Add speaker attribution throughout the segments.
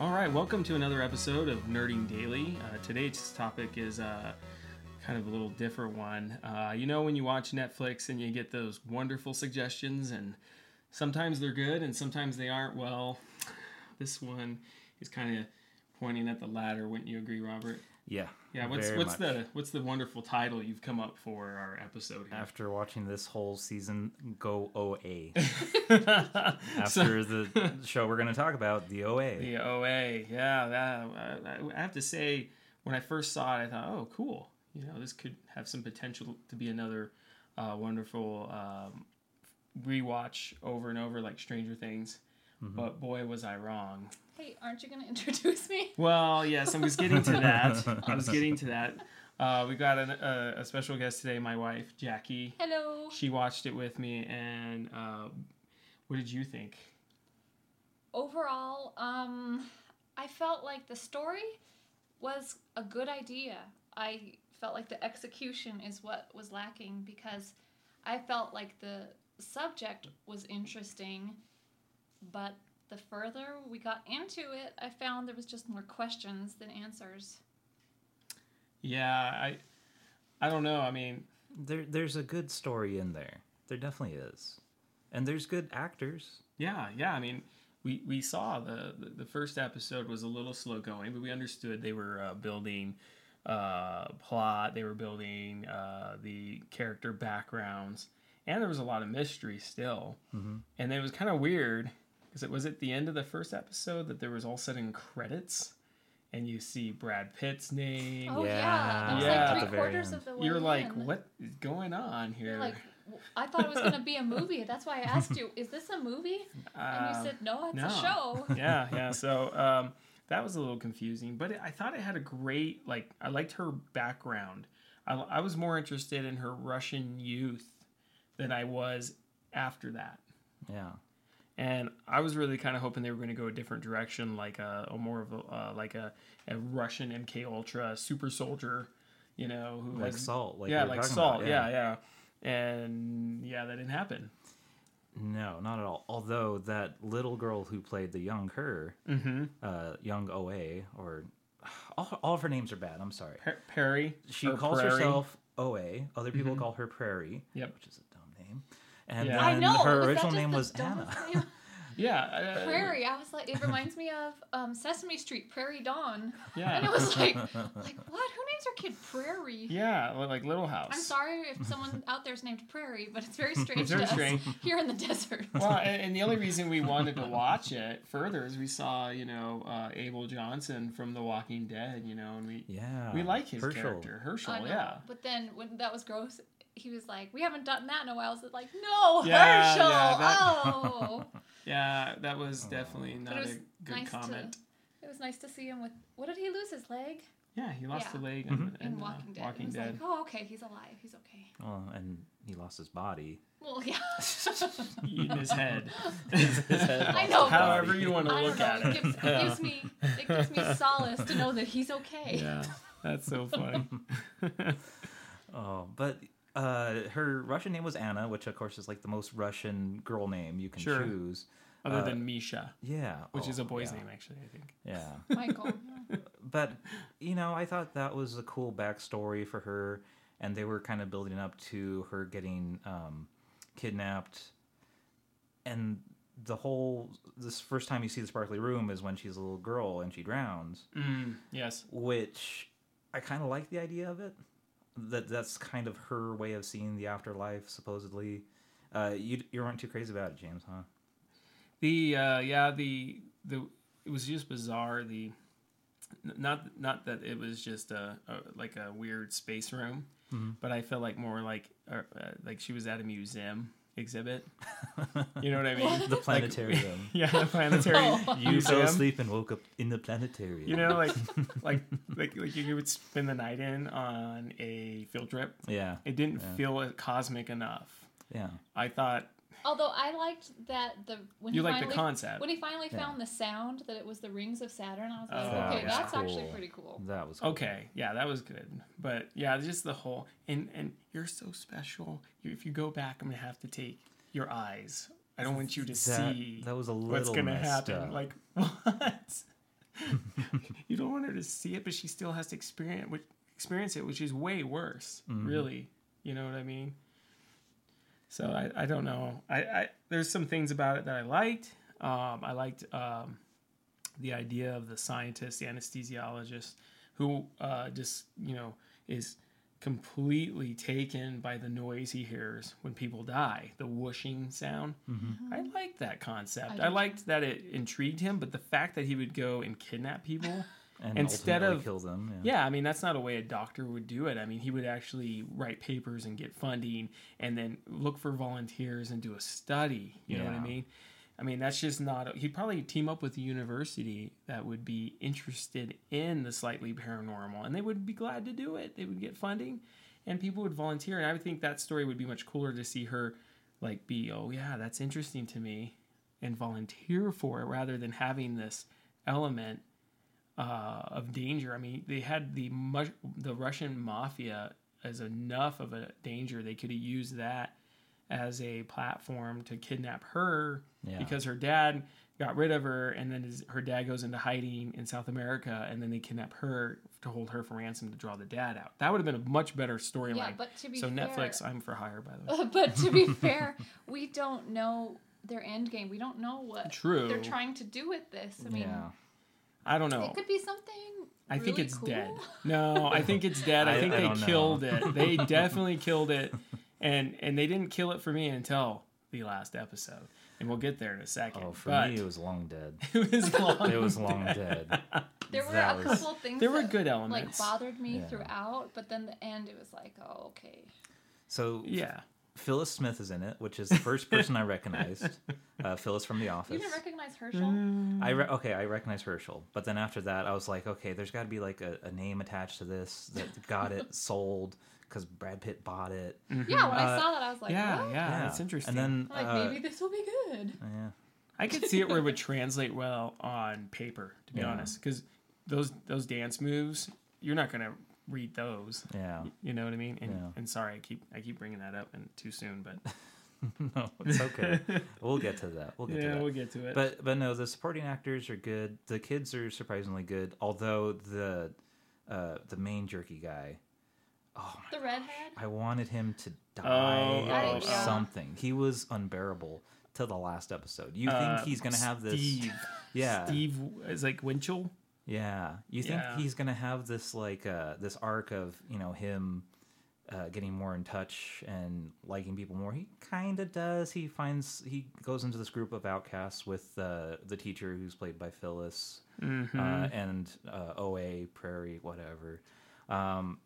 Speaker 1: All right, welcome to another episode of Nerding Daily. Uh, today's topic is uh, kind of a little different one. Uh, you know, when you watch Netflix and you get those wonderful suggestions, and sometimes they're good and sometimes they aren't, well, this one is kind of pointing at the latter. Wouldn't you agree, Robert?
Speaker 2: Yeah.
Speaker 1: Yeah, what's
Speaker 2: very
Speaker 1: what's
Speaker 2: much.
Speaker 1: the what's the wonderful title you've come up for our episode here?
Speaker 2: after watching this whole season go OA? after the show we're going to talk about the OA.
Speaker 1: The OA, yeah. That, I, I have to say, when I first saw it, I thought, oh, cool. You know, this could have some potential to be another uh, wonderful um, rewatch over and over, like Stranger Things. But boy, was I wrong.
Speaker 3: Hey, aren't you going to introduce me?
Speaker 1: Well, yes, I was getting to that. I was getting to that. Uh, we got an, a, a special guest today, my wife, Jackie.
Speaker 3: Hello.
Speaker 1: She watched it with me, and uh, what did you think?
Speaker 3: Overall, um, I felt like the story was a good idea. I felt like the execution is what was lacking because I felt like the subject was interesting, but the further we got into it, I found there was just more questions than answers.
Speaker 1: Yeah, I, I don't know. I mean,
Speaker 2: There, there's a good story in there. There definitely is. And there's good actors.
Speaker 1: Yeah, yeah. I mean, we we saw the the, the first episode was a little slow going, but we understood they were uh, building uh, plot, they were building uh, the character backgrounds, and there was a lot of mystery still. Mm-hmm. And it was kind of weird because it was at the end of the first episode that there was all sudden credits, and you see Brad Pitt's name.
Speaker 3: Oh, yeah.
Speaker 2: Yeah.
Speaker 3: That was
Speaker 1: Yeah. At
Speaker 3: like
Speaker 1: the
Speaker 3: three
Speaker 2: very
Speaker 3: quarters
Speaker 2: end.
Speaker 3: of the way.
Speaker 1: You're like,
Speaker 3: in.
Speaker 1: what is going on here?
Speaker 3: You're like, "W- I thought it was going to be a movie. That's why I asked you, is this a movie?
Speaker 1: Um,
Speaker 3: And you said, no, it's
Speaker 1: no.
Speaker 3: a show.
Speaker 1: yeah, yeah. So um, that was a little confusing, but it, I thought it had a great like. I liked her background. I, I was more interested in her Russian youth than I was after that,
Speaker 2: Yeah.
Speaker 1: and I was really kind of hoping they were going to go a different direction, like a, a more of a uh, like a, a Russian MK Ultra super soldier, you know, who
Speaker 2: Like
Speaker 1: has-
Speaker 2: Salt. Like
Speaker 1: yeah,
Speaker 2: we were
Speaker 1: like
Speaker 2: talking
Speaker 1: Salt,
Speaker 2: about,
Speaker 1: yeah, yeah, and yeah, that didn't happen.
Speaker 2: No, not at all. Although that little girl who played the young her, uh, young OA, or all, all of her names are bad. I'm sorry.
Speaker 1: Per- Perry,
Speaker 2: She
Speaker 1: or
Speaker 2: calls
Speaker 1: Prairie. Mm-hmm.
Speaker 2: herself OA. Other people call her Prairie,
Speaker 1: Yep.
Speaker 2: which is a dumb name. And
Speaker 1: Yeah.
Speaker 3: I
Speaker 2: then
Speaker 3: know.
Speaker 2: her
Speaker 3: was that
Speaker 2: original
Speaker 3: just
Speaker 2: name
Speaker 3: the
Speaker 2: was
Speaker 3: dumbest
Speaker 2: Anna.
Speaker 3: name?
Speaker 1: Yeah, uh,
Speaker 3: Prairie. I was like, it reminds me of um, Sesame Street, Prairie Dawn.
Speaker 1: Yeah.
Speaker 3: And it was like, like what? Who names their kid Prairie?
Speaker 1: Yeah, li- like Little House.
Speaker 3: I'm sorry if someone out there's named Prairie, but it's very strange
Speaker 1: very
Speaker 3: to us
Speaker 1: strange.
Speaker 3: here in the desert.
Speaker 1: Well, and, and the only reason we wanted to watch it further is we saw, you know, uh, Abel Johnson from The Walking Dead, you know, and we
Speaker 2: Yeah.
Speaker 1: we like his
Speaker 2: Herschel.
Speaker 1: character, Herschel.
Speaker 3: I know.
Speaker 1: yeah.
Speaker 3: But then when that was gross, he was like, we haven't done that in a while. I was like, no,
Speaker 1: Yeah,
Speaker 3: Herschel.
Speaker 1: yeah, that-
Speaker 3: Oh.
Speaker 1: Yeah, that
Speaker 2: Oh.
Speaker 1: was definitely not
Speaker 3: was
Speaker 1: a good
Speaker 3: nice to-
Speaker 1: comment.
Speaker 3: It was nice to see him with. What did he lose his leg?
Speaker 1: Yeah, he lost a
Speaker 3: Yeah.
Speaker 1: leg
Speaker 2: Mm-hmm.
Speaker 1: in,
Speaker 3: In
Speaker 1: in, uh,
Speaker 3: Walking Dead. it
Speaker 1: Walking
Speaker 3: was
Speaker 1: Dead.
Speaker 3: like, oh, okay, he's alive. He's okay.
Speaker 2: Well, and he lost his body.
Speaker 3: Well, yeah.
Speaker 1: Eating his head.
Speaker 3: I know.
Speaker 1: However you want to
Speaker 3: I
Speaker 1: look
Speaker 3: don't
Speaker 1: at
Speaker 3: know. It
Speaker 1: it.
Speaker 3: gives, it gives me it gives me solace to know that he's okay.
Speaker 1: Yeah, that's so funny.
Speaker 2: Oh, but uh, her Russian name was Anna, which of course is like the most Russian girl name you can
Speaker 1: Sure.
Speaker 2: choose.
Speaker 1: Other
Speaker 2: Uh,
Speaker 1: than Misha,
Speaker 2: Yeah.
Speaker 1: which
Speaker 2: Oh,
Speaker 1: is a boy's
Speaker 2: yeah.
Speaker 1: name, actually, I think.
Speaker 2: Yeah.
Speaker 3: Michael.
Speaker 2: but you know, I thought that was a cool backstory for her, and they were kind of building up to her getting um, kidnapped, and the whole this first time you see the sparkly room is when she's a little girl and she drowns,
Speaker 1: Mm. Yes.
Speaker 2: which I kind of like the idea of it. That that's kind of her way of seeing the afterlife, supposedly. Uh, you you weren't too crazy about it, James, huh?
Speaker 1: The uh, yeah the the it was just bizarre the n- not not that it was just a, a like a weird space room,
Speaker 2: Mm-hmm.
Speaker 1: but I felt like more like uh, uh, like she was at a museum exhibit. You know what I mean?
Speaker 2: The planetarium.
Speaker 1: yeah, the planetary
Speaker 3: Oh.
Speaker 2: you fell
Speaker 1: museum.
Speaker 2: asleep and woke up in the planetarium.
Speaker 1: You know, like like like like you would spend the night in on a field trip.
Speaker 2: Yeah.
Speaker 1: It didn't feel cosmic enough.
Speaker 2: Yeah.
Speaker 1: I thought
Speaker 3: Although I liked that the when
Speaker 1: You
Speaker 3: he
Speaker 1: liked the
Speaker 3: finally,
Speaker 1: concept.
Speaker 3: when he finally
Speaker 2: Yeah.
Speaker 3: found the sound that it was the rings of Saturn. I was like,
Speaker 1: Oh,
Speaker 3: okay,
Speaker 1: yeah.
Speaker 3: that's
Speaker 2: Cool.
Speaker 3: actually pretty cool.
Speaker 2: That was cool.
Speaker 1: Okay, yeah, that was good. But yeah, just the whole and and you're so special. You, if you go back, I'm gonna have to take your eyes. I don't want you to
Speaker 2: That,
Speaker 1: see
Speaker 2: that was a little
Speaker 1: what's gonna
Speaker 2: messed
Speaker 1: happen.
Speaker 2: up.
Speaker 1: Like what? you don't want her to see it, but she still has to experience which, experience it, which is way worse. Really, you know what I mean? So I, I don't know. I, I there's some things about it that I liked. Um, I liked um, the idea of the scientist, the anesthesiologist, who uh, just you know is completely taken by the noise he hears when people die, the whooshing sound. I liked that concept.
Speaker 3: do
Speaker 1: I, liked that it intrigued him, but the fact that he would go and kidnap people.
Speaker 2: and
Speaker 1: Instead
Speaker 2: ultimately
Speaker 1: of-
Speaker 2: kill them. Yeah.
Speaker 1: Yeah, I mean that's not a way a doctor would do it. I mean he would actually write papers and get funding, and then look for volunteers and do a study. You know what I
Speaker 2: Yeah.
Speaker 1: mean? I mean that's just not. He'd probably team up with a university that would be interested in the slightly paranormal, and they would be glad to do it. They would get funding, and people would volunteer. And I would think that story would be much cooler to see her, like, be oh yeah, that's interesting to me, and volunteer for it rather than having this element uh, of danger. I mean, they had the much, the Russian mafia as enough of a danger. They could have used that as a platform to kidnap her
Speaker 2: Yeah.
Speaker 1: because her dad got rid of her, and then his, her dad goes into hiding in South America, and then they kidnap her to hold her for ransom to draw the dad out. That would have been a much better storyline.
Speaker 3: Yeah, but to be
Speaker 1: so
Speaker 3: fair,
Speaker 1: Netflix, I'm for hire, by the way.
Speaker 3: but to be fair, we don't know their end game. We don't know what
Speaker 1: True.
Speaker 3: they're trying to do with this. I mean,
Speaker 2: Yeah.
Speaker 1: I don't know.
Speaker 3: it could be something.
Speaker 1: I think
Speaker 3: really
Speaker 1: it's
Speaker 3: cool.
Speaker 1: dead. No, I think it's dead. I,
Speaker 2: I-
Speaker 1: think
Speaker 2: I don't
Speaker 1: they
Speaker 2: know.
Speaker 1: killed it. They definitely killed it, and and they didn't kill it for me until the last episode. And we'll get there in a second.
Speaker 2: Oh, for
Speaker 1: but
Speaker 2: me, it was long dead.
Speaker 1: it was long.
Speaker 2: It was long dead.
Speaker 3: There were
Speaker 2: That
Speaker 3: a
Speaker 2: was-
Speaker 3: couple of things
Speaker 1: There were
Speaker 3: that,
Speaker 1: good
Speaker 3: like
Speaker 1: elements.
Speaker 3: bothered me
Speaker 2: Yeah.
Speaker 3: throughout, but then the end it was like, oh okay.
Speaker 2: So
Speaker 1: yeah,
Speaker 2: Phyllis Smith is in it, which is the first person I recognized. Uh, Phyllis from The
Speaker 3: You
Speaker 2: Office.
Speaker 3: didn't recognize Herschel?
Speaker 1: Mm.
Speaker 2: I re- okay, I recognize Herschel, but then after that, I was like, okay, there's got to be like a, a name attached to this that got it sold because Brad Pitt bought it.
Speaker 3: Yeah, when I
Speaker 2: Uh,
Speaker 3: saw that, I was like,
Speaker 1: yeah,
Speaker 3: what?
Speaker 1: yeah, Mm. Ah, That's interesting.
Speaker 2: And then
Speaker 3: I'm like,
Speaker 2: uh,
Speaker 3: maybe this will be good.
Speaker 2: yeah,
Speaker 1: I could see it where it would translate well on paper, to be
Speaker 2: Yeah.
Speaker 1: honest, because those those dance moves, you're not gonna read those.
Speaker 2: yeah,
Speaker 1: You know what I mean? And,
Speaker 2: Yeah.
Speaker 1: and sorry, I keep I keep bringing that up and too soon, but
Speaker 2: no, it's okay. we'll get to that. We'll get to
Speaker 1: yeah,
Speaker 2: that.
Speaker 1: we'll get to it.
Speaker 2: But but no, the supporting actors are good. The kids are surprisingly good. Although the uh, the main jerky guy, oh my,
Speaker 3: The redhead?
Speaker 2: I wanted him to die
Speaker 1: Oh,
Speaker 2: or
Speaker 3: I- yeah.
Speaker 2: something. He was unbearable till the last episode. You
Speaker 1: Uh,
Speaker 2: think he's gonna have this?
Speaker 1: Steve.
Speaker 2: Yeah,
Speaker 1: Steve is like Winchell.
Speaker 2: yeah. You think
Speaker 1: Yeah.
Speaker 2: he's gonna have this like uh, this arc of you know him. Uh, getting more in touch and liking people more, he kind of does. He finds he goes into this group of outcasts with uh, the teacher who's played by Phyllis, uh,
Speaker 1: Mm-hmm.
Speaker 2: and uh, OA, Prairie, whatever. Um,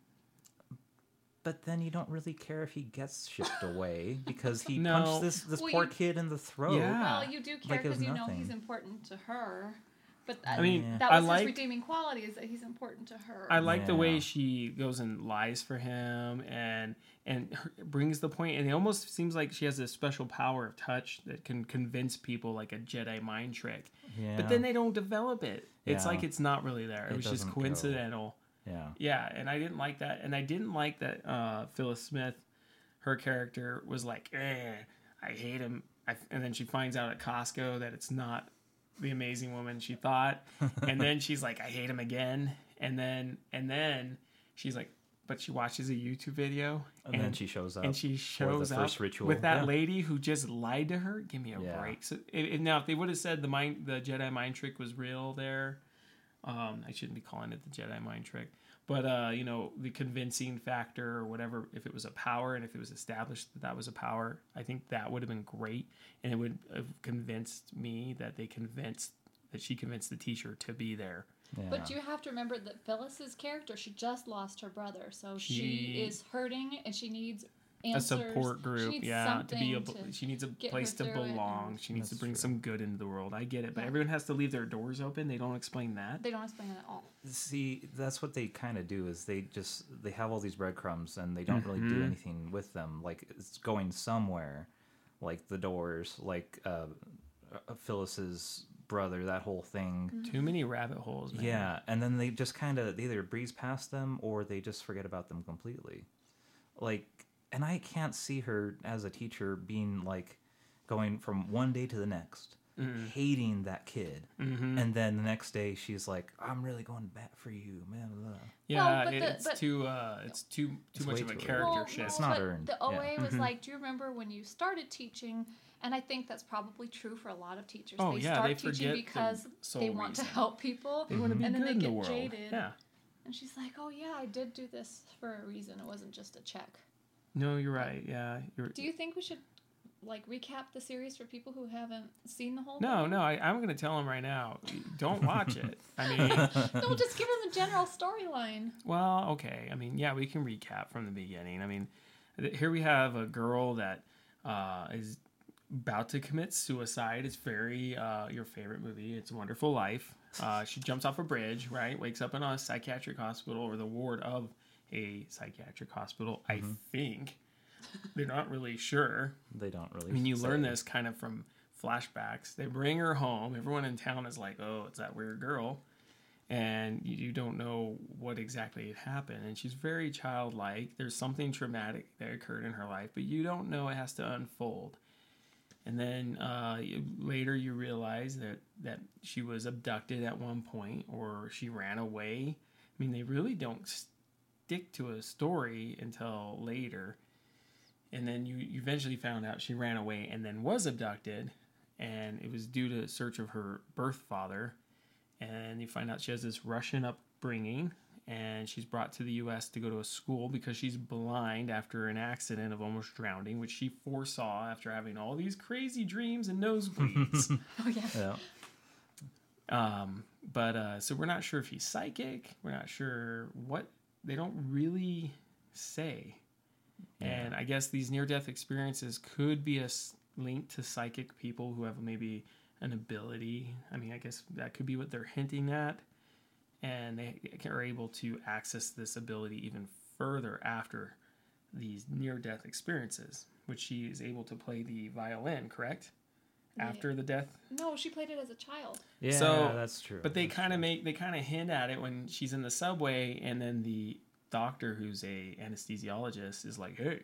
Speaker 2: but then you don't really care if he gets shipped away because he
Speaker 1: No.
Speaker 2: punched this this
Speaker 3: Well,
Speaker 2: poor
Speaker 3: you-
Speaker 2: kid in the throat.
Speaker 1: Yeah.
Speaker 3: Well, you do care
Speaker 2: Like it was
Speaker 3: because you know
Speaker 2: nothing.
Speaker 3: he's important to her. But that,
Speaker 1: I mean,
Speaker 2: Yeah.
Speaker 3: that
Speaker 1: I
Speaker 3: was his
Speaker 1: like
Speaker 3: redeeming quality is that he's important to her.
Speaker 1: I like the way
Speaker 2: Yeah.
Speaker 1: she goes and lies for him and and her- brings the point and it almost seems like she has this special power of touch that can convince people like a Jedi mind trick.
Speaker 2: Yeah.
Speaker 1: But then they don't develop it. It's
Speaker 2: Yeah.
Speaker 1: like it's not really there. It,
Speaker 2: It
Speaker 1: was just
Speaker 2: doesn't go.
Speaker 1: coincidental.
Speaker 2: yeah.
Speaker 1: Yeah, and I didn't like that, and I didn't like that uh, Phyllis Smith, her character was like, eh, I hate him, I, and then she finds out at Costco that it's not the amazing woman she thought, and then she's like, I hate him again, and then and then she's like, but she watches a YouTube video,
Speaker 2: And, then she shows up.
Speaker 1: and she shows
Speaker 2: first
Speaker 1: up
Speaker 2: ritual.
Speaker 1: with that
Speaker 2: Yeah.
Speaker 1: lady who just lied to her. Give me a
Speaker 2: Yeah.
Speaker 1: break. So it, it- now, if they would have said the mind, the Jedi mind trick was real, there, um, I shouldn't be calling it the Jedi mind trick, but uh, you know, the convincing factor or whatever. If it was a power and if it was established that that was a power, I think that would have been great, and it would have convinced me that they convinced that she convinced the teacher to be there.
Speaker 2: yeah.
Speaker 3: But you have to remember that Phyllis's character, she just lost her brother, so she,
Speaker 1: She-
Speaker 3: is hurting and she needs
Speaker 1: a
Speaker 3: answers.
Speaker 1: support
Speaker 3: She
Speaker 1: group
Speaker 3: needs
Speaker 1: yeah to be
Speaker 3: something
Speaker 1: able
Speaker 3: to-
Speaker 1: she needs a
Speaker 3: get
Speaker 1: place
Speaker 3: her
Speaker 1: to
Speaker 3: through it
Speaker 1: belong
Speaker 3: and-
Speaker 1: she needs to
Speaker 2: That's
Speaker 1: bring
Speaker 2: true.
Speaker 1: some good into the world i get it but
Speaker 3: Yeah.
Speaker 1: everyone has to leave their doors open they don't explain that
Speaker 3: They don't explain it at all.
Speaker 2: see that's what they kind of do is they just they have all these breadcrumbs and they don't really
Speaker 1: Mm-hmm.
Speaker 2: do anything with them like it's going somewhere like the doors like uh, uh, phyllis's brother that whole thing
Speaker 3: Mm-hmm.
Speaker 1: too many rabbit holes man.
Speaker 2: yeah and then they just kind of they either breeze past them or they just forget about them completely like and i can't see her as a teacher being like going from one day to the next hating that kid.
Speaker 1: Mm-hmm.
Speaker 2: And then the next day, she's like, "I'm really going to bat for you, man." blah, blah."
Speaker 1: Yeah,
Speaker 3: but the-
Speaker 1: it's
Speaker 3: but-
Speaker 1: too uh, it's too too
Speaker 2: It's
Speaker 1: much
Speaker 2: way
Speaker 1: of a
Speaker 2: too early.
Speaker 1: character
Speaker 3: Well,
Speaker 1: shift.
Speaker 2: It's
Speaker 3: no,
Speaker 2: not
Speaker 3: but
Speaker 2: earned,
Speaker 3: The OA
Speaker 2: yeah.
Speaker 3: was
Speaker 1: Mhm.
Speaker 3: like, do you remember when you started teaching? And I think that's probably true for a lot of teachers.
Speaker 1: Oh,
Speaker 3: they
Speaker 1: yeah,
Speaker 3: start
Speaker 1: they
Speaker 3: teaching
Speaker 1: forget the
Speaker 3: because they
Speaker 1: sole
Speaker 3: want to
Speaker 1: reason.
Speaker 3: help people.
Speaker 1: They want to be
Speaker 3: and then
Speaker 1: good
Speaker 3: they
Speaker 1: in
Speaker 3: get
Speaker 1: the world.
Speaker 3: jaded.
Speaker 1: Yeah.
Speaker 3: And she's like, oh yeah, I did do this for a reason. It wasn't just a check.
Speaker 1: No, you're right. Yeah, you're.
Speaker 3: Do you think we should like recap the series for people who haven't seen the whole?
Speaker 1: no, no, I, I'm going to tell him right now. Don't watch it. I mean,
Speaker 3: thing? No, just give them the general storyline.
Speaker 1: well, okay. I mean, yeah, we can recap from the beginning. I mean, th- here we have a girl that uh, is about to commit suicide. It's very uh, your favorite movie. It's a Wonderful Life. Uh, she jumps off a bridge, right? Wakes up in a psychiatric hospital or the ward of a psychiatric hospital. I think they're not really sure.
Speaker 2: They don't really.
Speaker 1: I mean, you
Speaker 2: say.
Speaker 1: learn this kind of from flashbacks. They bring her home. Everyone in town is like, "Oh, it's that weird girl," and you, you don't know what exactly had happened. And she's very childlike. There's something traumatic that occurred in her life, but you don't know. It has to unfold. And then uh, you, later, you realize that that she was abducted at one point, or she ran away. I mean, they really don't stick to a story until later and then you you eventually found out she ran away and then was abducted and it was due to search of her birth father and you find out she has this russian upbringing and she's brought to the us to go to a school because she's blind after an accident of almost drowning which she foresaw after having all these crazy dreams and nosebleeds
Speaker 3: Oh yeah.
Speaker 2: Yeah.
Speaker 1: um, but uh, so we're not sure if he's psychic. We're not sure what they don't really say. And I guess these near-death experiences could be a s- link to psychic people who have maybe an ability. I mean, I guess that could be what they're hinting at, and they are able to access this ability even further after these near-death experiences, which she is able to play the violin, correct?
Speaker 3: Yeah.
Speaker 1: After the death
Speaker 3: No, she played it as a child.
Speaker 2: Yeah,
Speaker 1: So-
Speaker 2: that's true.
Speaker 1: but they
Speaker 2: That's
Speaker 1: kind of
Speaker 2: true.
Speaker 1: make they kind of hint at it when she's in the subway, and then the doctor, who's a anesthesiologist, is like, "Hey,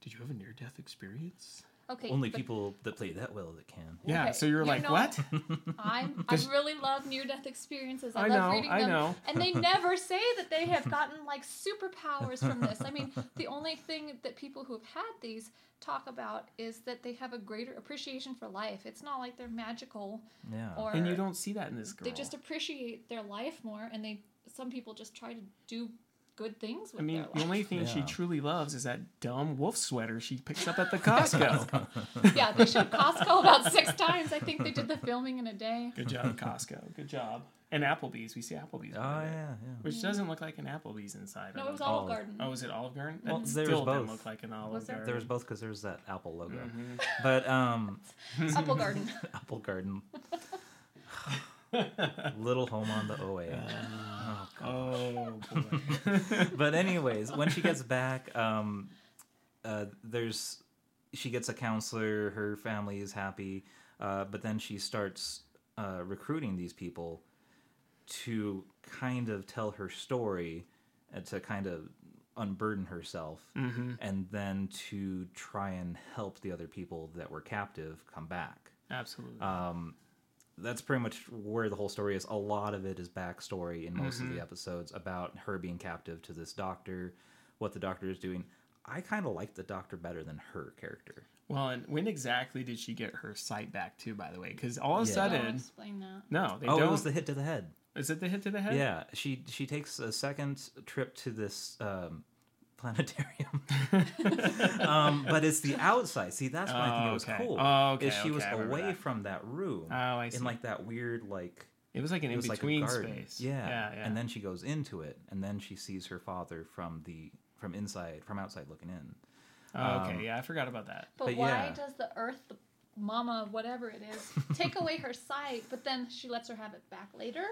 Speaker 1: did you have a near death experience?"
Speaker 3: Okay.
Speaker 2: only
Speaker 3: but
Speaker 2: people that play that well that can.
Speaker 1: Yeah.
Speaker 3: Okay,
Speaker 1: So you're
Speaker 3: you
Speaker 1: like,
Speaker 3: know-
Speaker 1: "What?"
Speaker 3: I'm, I
Speaker 1: Just-
Speaker 3: really love near-death experiences. I,
Speaker 1: I
Speaker 3: love
Speaker 1: know,
Speaker 3: reading
Speaker 1: I
Speaker 3: them.
Speaker 1: know.
Speaker 3: And they never say that they have gotten like superpowers from this. I mean, the only thing that people who have had these talk about is that they have a greater appreciation for life. It's not like they're magical
Speaker 2: Yeah.
Speaker 3: or
Speaker 1: and you don't see that in this girl.
Speaker 3: they just appreciate their life more and they some people just try to do good things with
Speaker 1: I mean,
Speaker 3: their
Speaker 1: the
Speaker 3: life.
Speaker 1: only thing she
Speaker 2: Yeah.
Speaker 1: truly loves is that dumb wolf sweater she picks up at the Costco.
Speaker 3: yeah, they showed Costco about six times. I think they did the filming in a day.
Speaker 1: Good job, Costco. Good job. And Applebee's. We see Applebee's.
Speaker 2: Oh
Speaker 1: over there,
Speaker 2: yeah, yeah.
Speaker 1: Which doesn't look like an Applebee's inside. I
Speaker 3: No,
Speaker 1: don't
Speaker 3: it was
Speaker 1: know.
Speaker 3: Olive
Speaker 2: Oh.
Speaker 3: Garden.
Speaker 1: Oh, is it Olive Garden?
Speaker 2: Well,
Speaker 1: that
Speaker 2: there was
Speaker 1: still didn't
Speaker 2: both.
Speaker 1: look like an Olive
Speaker 3: Was there?
Speaker 1: Garden.
Speaker 2: There was both because there's that Apple logo,
Speaker 1: Mhm.
Speaker 2: but um,
Speaker 3: Apple Garden.
Speaker 2: Apple Garden, little home on the OA. Oh, God.
Speaker 1: Oh boy.
Speaker 2: but anyways, when she gets back, um, uh, there's she gets a counselor. Her family is happy, uh, but then she starts uh, recruiting these people to kind of tell her story and to kind of unburden herself, and then to try and help the other people that were captive come back
Speaker 1: Absolutely.
Speaker 2: that's pretty much where the whole story is. A lot of it is backstory in most
Speaker 1: Mm-hmm.
Speaker 2: of the episodes about her being captive to this doctor, what the doctor is doing. I kind of like the doctor better than her character.
Speaker 1: Well, and when exactly did she get her sight back too? By the way, because all of a
Speaker 2: Yeah.
Speaker 3: Don't
Speaker 1: sudden,
Speaker 3: explain that.
Speaker 1: no, they
Speaker 2: oh,
Speaker 1: don't.
Speaker 2: it was the hit to the head.
Speaker 1: Is it the hit to the head?
Speaker 2: Yeah, she she takes a second trip to this um, planetarium, um, but it's the outside. See, that's when I think it was
Speaker 1: Oh, okay.
Speaker 2: cool.
Speaker 1: Oh, okay,
Speaker 2: is she
Speaker 1: okay,
Speaker 2: was
Speaker 1: I remember
Speaker 2: away
Speaker 1: that.
Speaker 2: from that room.
Speaker 1: Oh, I see.
Speaker 2: In like that weird like
Speaker 1: It was like an
Speaker 2: it
Speaker 1: in
Speaker 2: was like a
Speaker 1: between
Speaker 2: garden.
Speaker 1: space.
Speaker 2: Yeah.
Speaker 1: yeah, yeah.
Speaker 2: And then she goes into it, and then she sees her father from the from inside, from outside looking in. um,
Speaker 1: oh, okay, yeah, I forgot about that.
Speaker 3: But,
Speaker 2: But
Speaker 3: why
Speaker 2: yeah.
Speaker 3: does the Earth, the mama, of whatever it is, take away her sight, but then she lets her have it back later?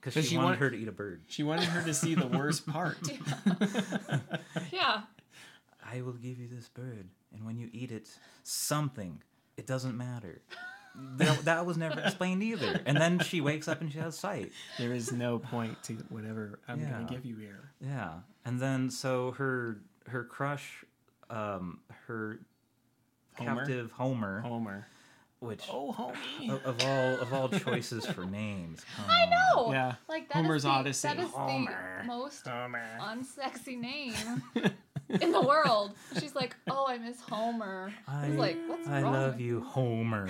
Speaker 2: Because she,
Speaker 1: Does she
Speaker 2: wanted
Speaker 1: want-
Speaker 2: her to eat a bird.
Speaker 1: She wanted her to see the worst part.
Speaker 3: Yeah.
Speaker 2: I will give you this bird, and when you eat it, something. It doesn't matter. that, that was never explained either. And then she wakes up and she has sight.
Speaker 1: there is no point to whatever I'm going
Speaker 2: Yeah.
Speaker 1: to give you here.
Speaker 2: Yeah. And then so her her crush, um, her
Speaker 1: Homer?
Speaker 2: captive Homer,
Speaker 1: Homer.
Speaker 2: Which
Speaker 1: Oh, homie.
Speaker 2: of, of all of all choices for names, come
Speaker 3: I
Speaker 2: on.
Speaker 3: know.
Speaker 1: Yeah.
Speaker 3: Oh, Like that is
Speaker 1: Homer's
Speaker 3: the,
Speaker 1: Odyssey.
Speaker 3: That is
Speaker 2: Homer. Uh.
Speaker 3: the most
Speaker 1: Homer.
Speaker 3: unsexy name in the world. She's like, oh, I miss Homer. I, was like, what's
Speaker 2: I
Speaker 3: wrong?
Speaker 2: love
Speaker 3: with
Speaker 2: you, Homer.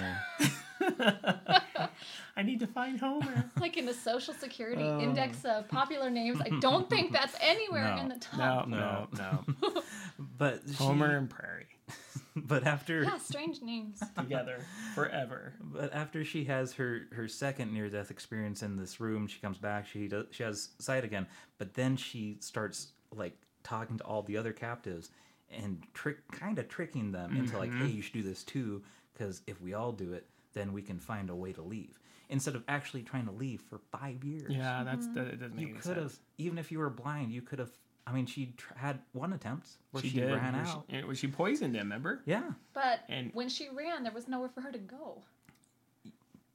Speaker 1: I need to find Homer.
Speaker 3: Like in the social security
Speaker 1: Oh.
Speaker 3: index of popular names, I don't think that's anywhere
Speaker 2: No.
Speaker 3: in the
Speaker 1: No,
Speaker 3: top.
Speaker 1: no, no.
Speaker 2: But she-
Speaker 1: Homer and Prairie
Speaker 2: but after
Speaker 3: Yeah, strange names.
Speaker 1: together forever.
Speaker 2: But after she has her her second near death experience in this room, she comes back. She does, she has sight again, but then she starts like talking to all the other captives and trick kind of tricking them into like,
Speaker 1: Mm-hmm.
Speaker 2: hey, you should do this too, because if we all do it, then we can find a way to leave instead of actually trying to leave for five years.
Speaker 1: Yeah, that's that, it doesn't make
Speaker 2: you
Speaker 1: any
Speaker 2: could have
Speaker 1: sense.
Speaker 2: even if you were blind, you could have. I mean, she tr- had one attempt where she,
Speaker 1: did.
Speaker 2: ran
Speaker 1: where
Speaker 2: out.
Speaker 1: She, it was- she poisoned him, remember?
Speaker 2: Yeah,
Speaker 3: But
Speaker 1: And-
Speaker 3: when she ran, there was nowhere for her to go.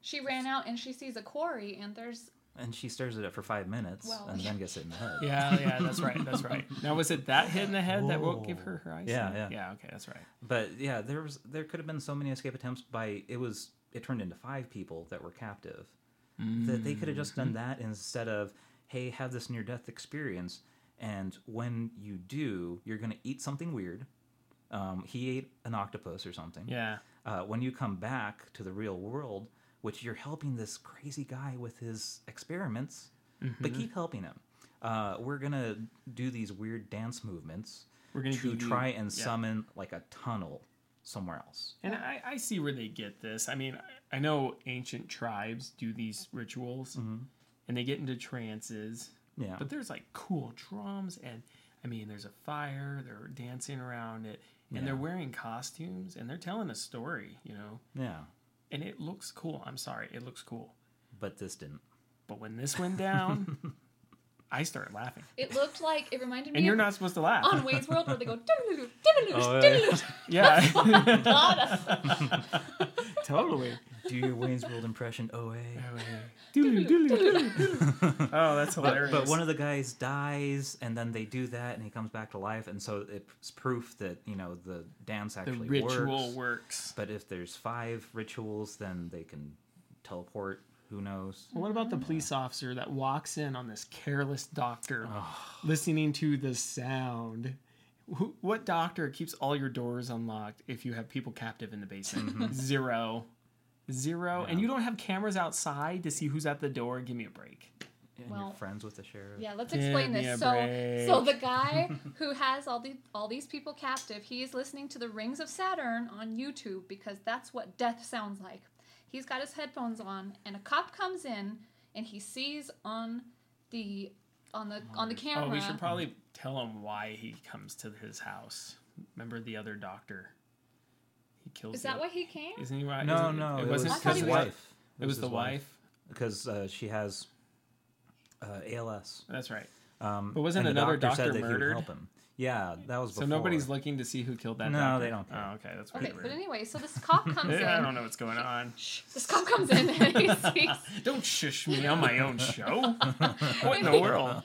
Speaker 3: She ran out and she sees a quarry, and there's
Speaker 2: and she stares at it for five minutes
Speaker 3: Well,
Speaker 2: and then
Speaker 3: yeah.
Speaker 2: gets hit in the head.
Speaker 1: Yeah, yeah, that's right, that's right. Now, was it that hit in the head that won't give
Speaker 2: Whoa.
Speaker 1: her her eyesight?
Speaker 2: Yeah, yeah.
Speaker 1: yeah. Okay, that's right.
Speaker 2: But yeah, there was there could have been so many escape attempts by it was it turned into five people that were captive. That they could have just done that instead of hey, have this near death experience and when you do, you're going to eat something weird. Um, he ate an octopus or something.
Speaker 1: Yeah,
Speaker 2: Uh, when you come back to the real world, which you're helping this crazy guy with his experiments, but
Speaker 1: Mm-hmm.
Speaker 2: keep helping him. Uh, we're gonna do these weird dance movements
Speaker 1: We're gonna
Speaker 2: to
Speaker 1: give you-
Speaker 2: try and
Speaker 1: yeah.
Speaker 2: summon like a tunnel somewhere else.
Speaker 1: and I, I see where they get this. I mean, I- I know ancient tribes do these rituals, and they get into trances.
Speaker 2: Mm-hmm. Yeah,
Speaker 1: But there's like cool drums, and I mean, there's a fire. They're dancing around it, and they're
Speaker 2: Yeah.
Speaker 1: wearing costumes, and they're telling a story, you know.
Speaker 2: yeah,
Speaker 1: And it looks cool. I'm sorry, it looks cool.
Speaker 2: but this didn't.
Speaker 1: But when this went down, I started laughing,
Speaker 3: it looked like it reminded me
Speaker 1: and you're
Speaker 3: of
Speaker 1: not supposed to laugh.
Speaker 3: on Wade's World where they go diddle-doo,
Speaker 2: Oh,
Speaker 3: diddle-doo, diddle-doo.
Speaker 1: yeah,
Speaker 3: God, that's-
Speaker 1: totally.
Speaker 2: Do your Wayne's World impression, OA.
Speaker 1: Doodly, doodly, doodly. oh, that's hilarious.
Speaker 2: But one of the guys dies, and then they do that, and he comes back to life, and so it's proof that you know the dance
Speaker 1: the
Speaker 2: actually
Speaker 1: ritual
Speaker 2: works.
Speaker 1: works.
Speaker 2: But if there's five rituals, then they can teleport. Who knows?
Speaker 1: What about the police officer that walks in on this careless doctor listening to the sound? Who, what doctor keeps all your doors unlocked if you have people captive in the
Speaker 2: Mm-hmm.
Speaker 1: basement? Zero. Zero. And you don't have cameras outside to see who's at the door? Give me a break.
Speaker 2: And
Speaker 3: Well,
Speaker 2: you're friends with the sheriff.
Speaker 3: Yeah, let's
Speaker 1: Give
Speaker 3: explain
Speaker 1: me a
Speaker 3: this. So, so
Speaker 1: break.
Speaker 3: the guy who has all these all these people captive, he is listening to the Rings of Saturn on YouTube because that's what death sounds like. He's got his headphones on, and a cop comes in, and he sees on the on the on the camera.
Speaker 1: Oh, we should probably tell him why he comes to his house. Remember the other doctor? He kills.
Speaker 3: is that
Speaker 1: the-
Speaker 3: why he came?
Speaker 1: Isn't he right?
Speaker 2: No,
Speaker 1: Uh, isn't-
Speaker 2: no, it,
Speaker 1: wasn't
Speaker 2: was
Speaker 3: I thought
Speaker 2: his
Speaker 3: he was-
Speaker 2: wife.
Speaker 1: It was the
Speaker 2: his
Speaker 1: wife.
Speaker 2: because uh, she has uh, ALS.
Speaker 1: That's right.
Speaker 2: Um,
Speaker 1: But wasn't
Speaker 2: and the
Speaker 1: another doctor
Speaker 2: said that he would
Speaker 1: murdered?
Speaker 2: help him. Yeah, that was
Speaker 1: So
Speaker 2: before.
Speaker 1: nobody's looking to see who killed that
Speaker 2: No,
Speaker 1: doctor?
Speaker 2: they don't care.
Speaker 1: Oh, okay. That's pretty
Speaker 3: Okay, but
Speaker 1: weird.
Speaker 3: anyway, so this cop comes in.
Speaker 1: Yeah, I don't know what's going on.
Speaker 3: This cop comes in and he sees
Speaker 1: Don't shush me on my own show. what in
Speaker 3: And
Speaker 1: the
Speaker 3: he-
Speaker 1: world?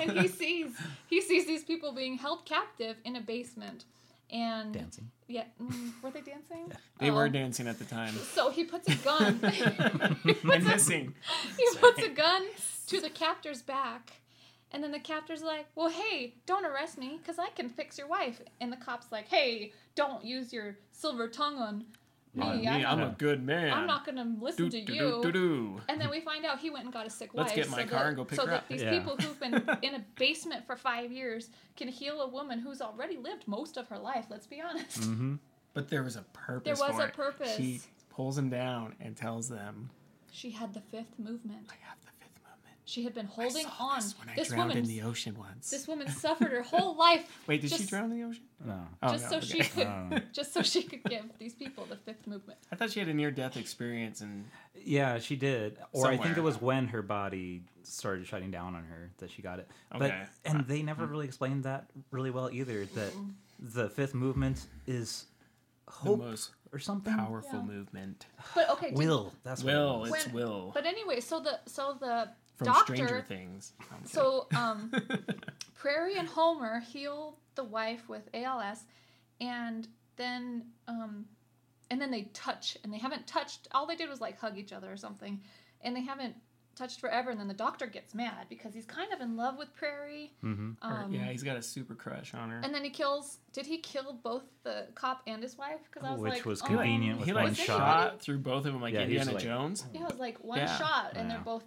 Speaker 3: and he sees he sees these people being held captive in a basement. And
Speaker 2: dancing.
Speaker 3: Yeah, mm, were they dancing?
Speaker 1: They were
Speaker 3: Oh.
Speaker 1: dancing at the time.
Speaker 3: So he puts a gun.
Speaker 1: and missing.
Speaker 3: he puts a gun to the captor's back, and then the captor's like, "Well, hey, don't arrest me, cause I can fix your wife." And the cop's like, "Hey, don't use your silver tongue on me.
Speaker 1: On me,
Speaker 3: I,
Speaker 1: I'm a good man.
Speaker 3: I'm not gonna listen
Speaker 1: do,
Speaker 3: to
Speaker 1: do,
Speaker 3: you."
Speaker 1: do, do, do.
Speaker 3: And then we find out he went and got a sick wife.
Speaker 1: Let's get in my
Speaker 3: so
Speaker 1: car
Speaker 3: that,
Speaker 1: and go pick
Speaker 3: so
Speaker 1: her
Speaker 3: that
Speaker 1: up.
Speaker 3: these
Speaker 2: Yeah.
Speaker 3: people who've been in a basement for five years can heal a woman who's already lived most of her life. Let's be honest.
Speaker 2: Mm.
Speaker 1: But there was a purpose.
Speaker 3: There was
Speaker 1: for
Speaker 3: a
Speaker 1: it.
Speaker 3: purpose.
Speaker 1: She pulls him down and tells them,
Speaker 3: She had the fifth movement.
Speaker 1: "I have the fifth movement."
Speaker 3: She had been
Speaker 1: I
Speaker 3: holding
Speaker 1: saw
Speaker 3: on.
Speaker 1: This when I
Speaker 3: this
Speaker 1: drowned
Speaker 3: woman,
Speaker 1: in the ocean once.
Speaker 3: this woman suffered her whole life.
Speaker 1: Wait, did she
Speaker 3: just-
Speaker 1: drown in the ocean?
Speaker 2: No.
Speaker 1: Oh, no,
Speaker 3: just so
Speaker 1: okay.
Speaker 3: she could,
Speaker 2: Oh.
Speaker 3: just so she could give these people the fifth movement.
Speaker 1: I thought she had a near-death experience, and
Speaker 2: Yeah, she did. Or I think
Speaker 1: Somewhere.
Speaker 2: it was when her body started shutting down on her that she got it.
Speaker 1: Okay. Uh, mm.
Speaker 2: But and they never really explained that really well either. That the fifth movement is hope
Speaker 1: most
Speaker 2: or something.
Speaker 1: powerful
Speaker 3: Yeah.
Speaker 1: movement.
Speaker 3: But okay, did-
Speaker 2: Will. That's what it
Speaker 1: Will.
Speaker 2: was.
Speaker 1: It's
Speaker 3: When-
Speaker 1: Will
Speaker 3: But anyway, so the so the
Speaker 1: from Stranger
Speaker 3: doctor,
Speaker 1: Things. I'm kidding.
Speaker 3: so um, Prairie and Homer heal the wife with ALS, and then um, and then they touch and they haven't touched all they did was like hug each other or something and they haven't touched forever and then the doctor gets mad because he's kind of in love with prairie
Speaker 2: Mm-hmm.
Speaker 1: Or-
Speaker 3: um,
Speaker 1: yeah, he's got a super crush on her.
Speaker 3: and then he kills did he kill both the cop and his wife because i was
Speaker 2: Which
Speaker 3: like
Speaker 2: was
Speaker 3: oh.
Speaker 1: He, like-
Speaker 2: Convenient with
Speaker 1: he like
Speaker 2: one
Speaker 1: shot,
Speaker 3: shot.
Speaker 1: through both of them like
Speaker 2: Yeah, he was
Speaker 1: Indiana
Speaker 2: like-
Speaker 1: Jones.
Speaker 3: yeah it was like one
Speaker 1: Yeah.
Speaker 3: shot and
Speaker 2: Yeah.
Speaker 3: they're both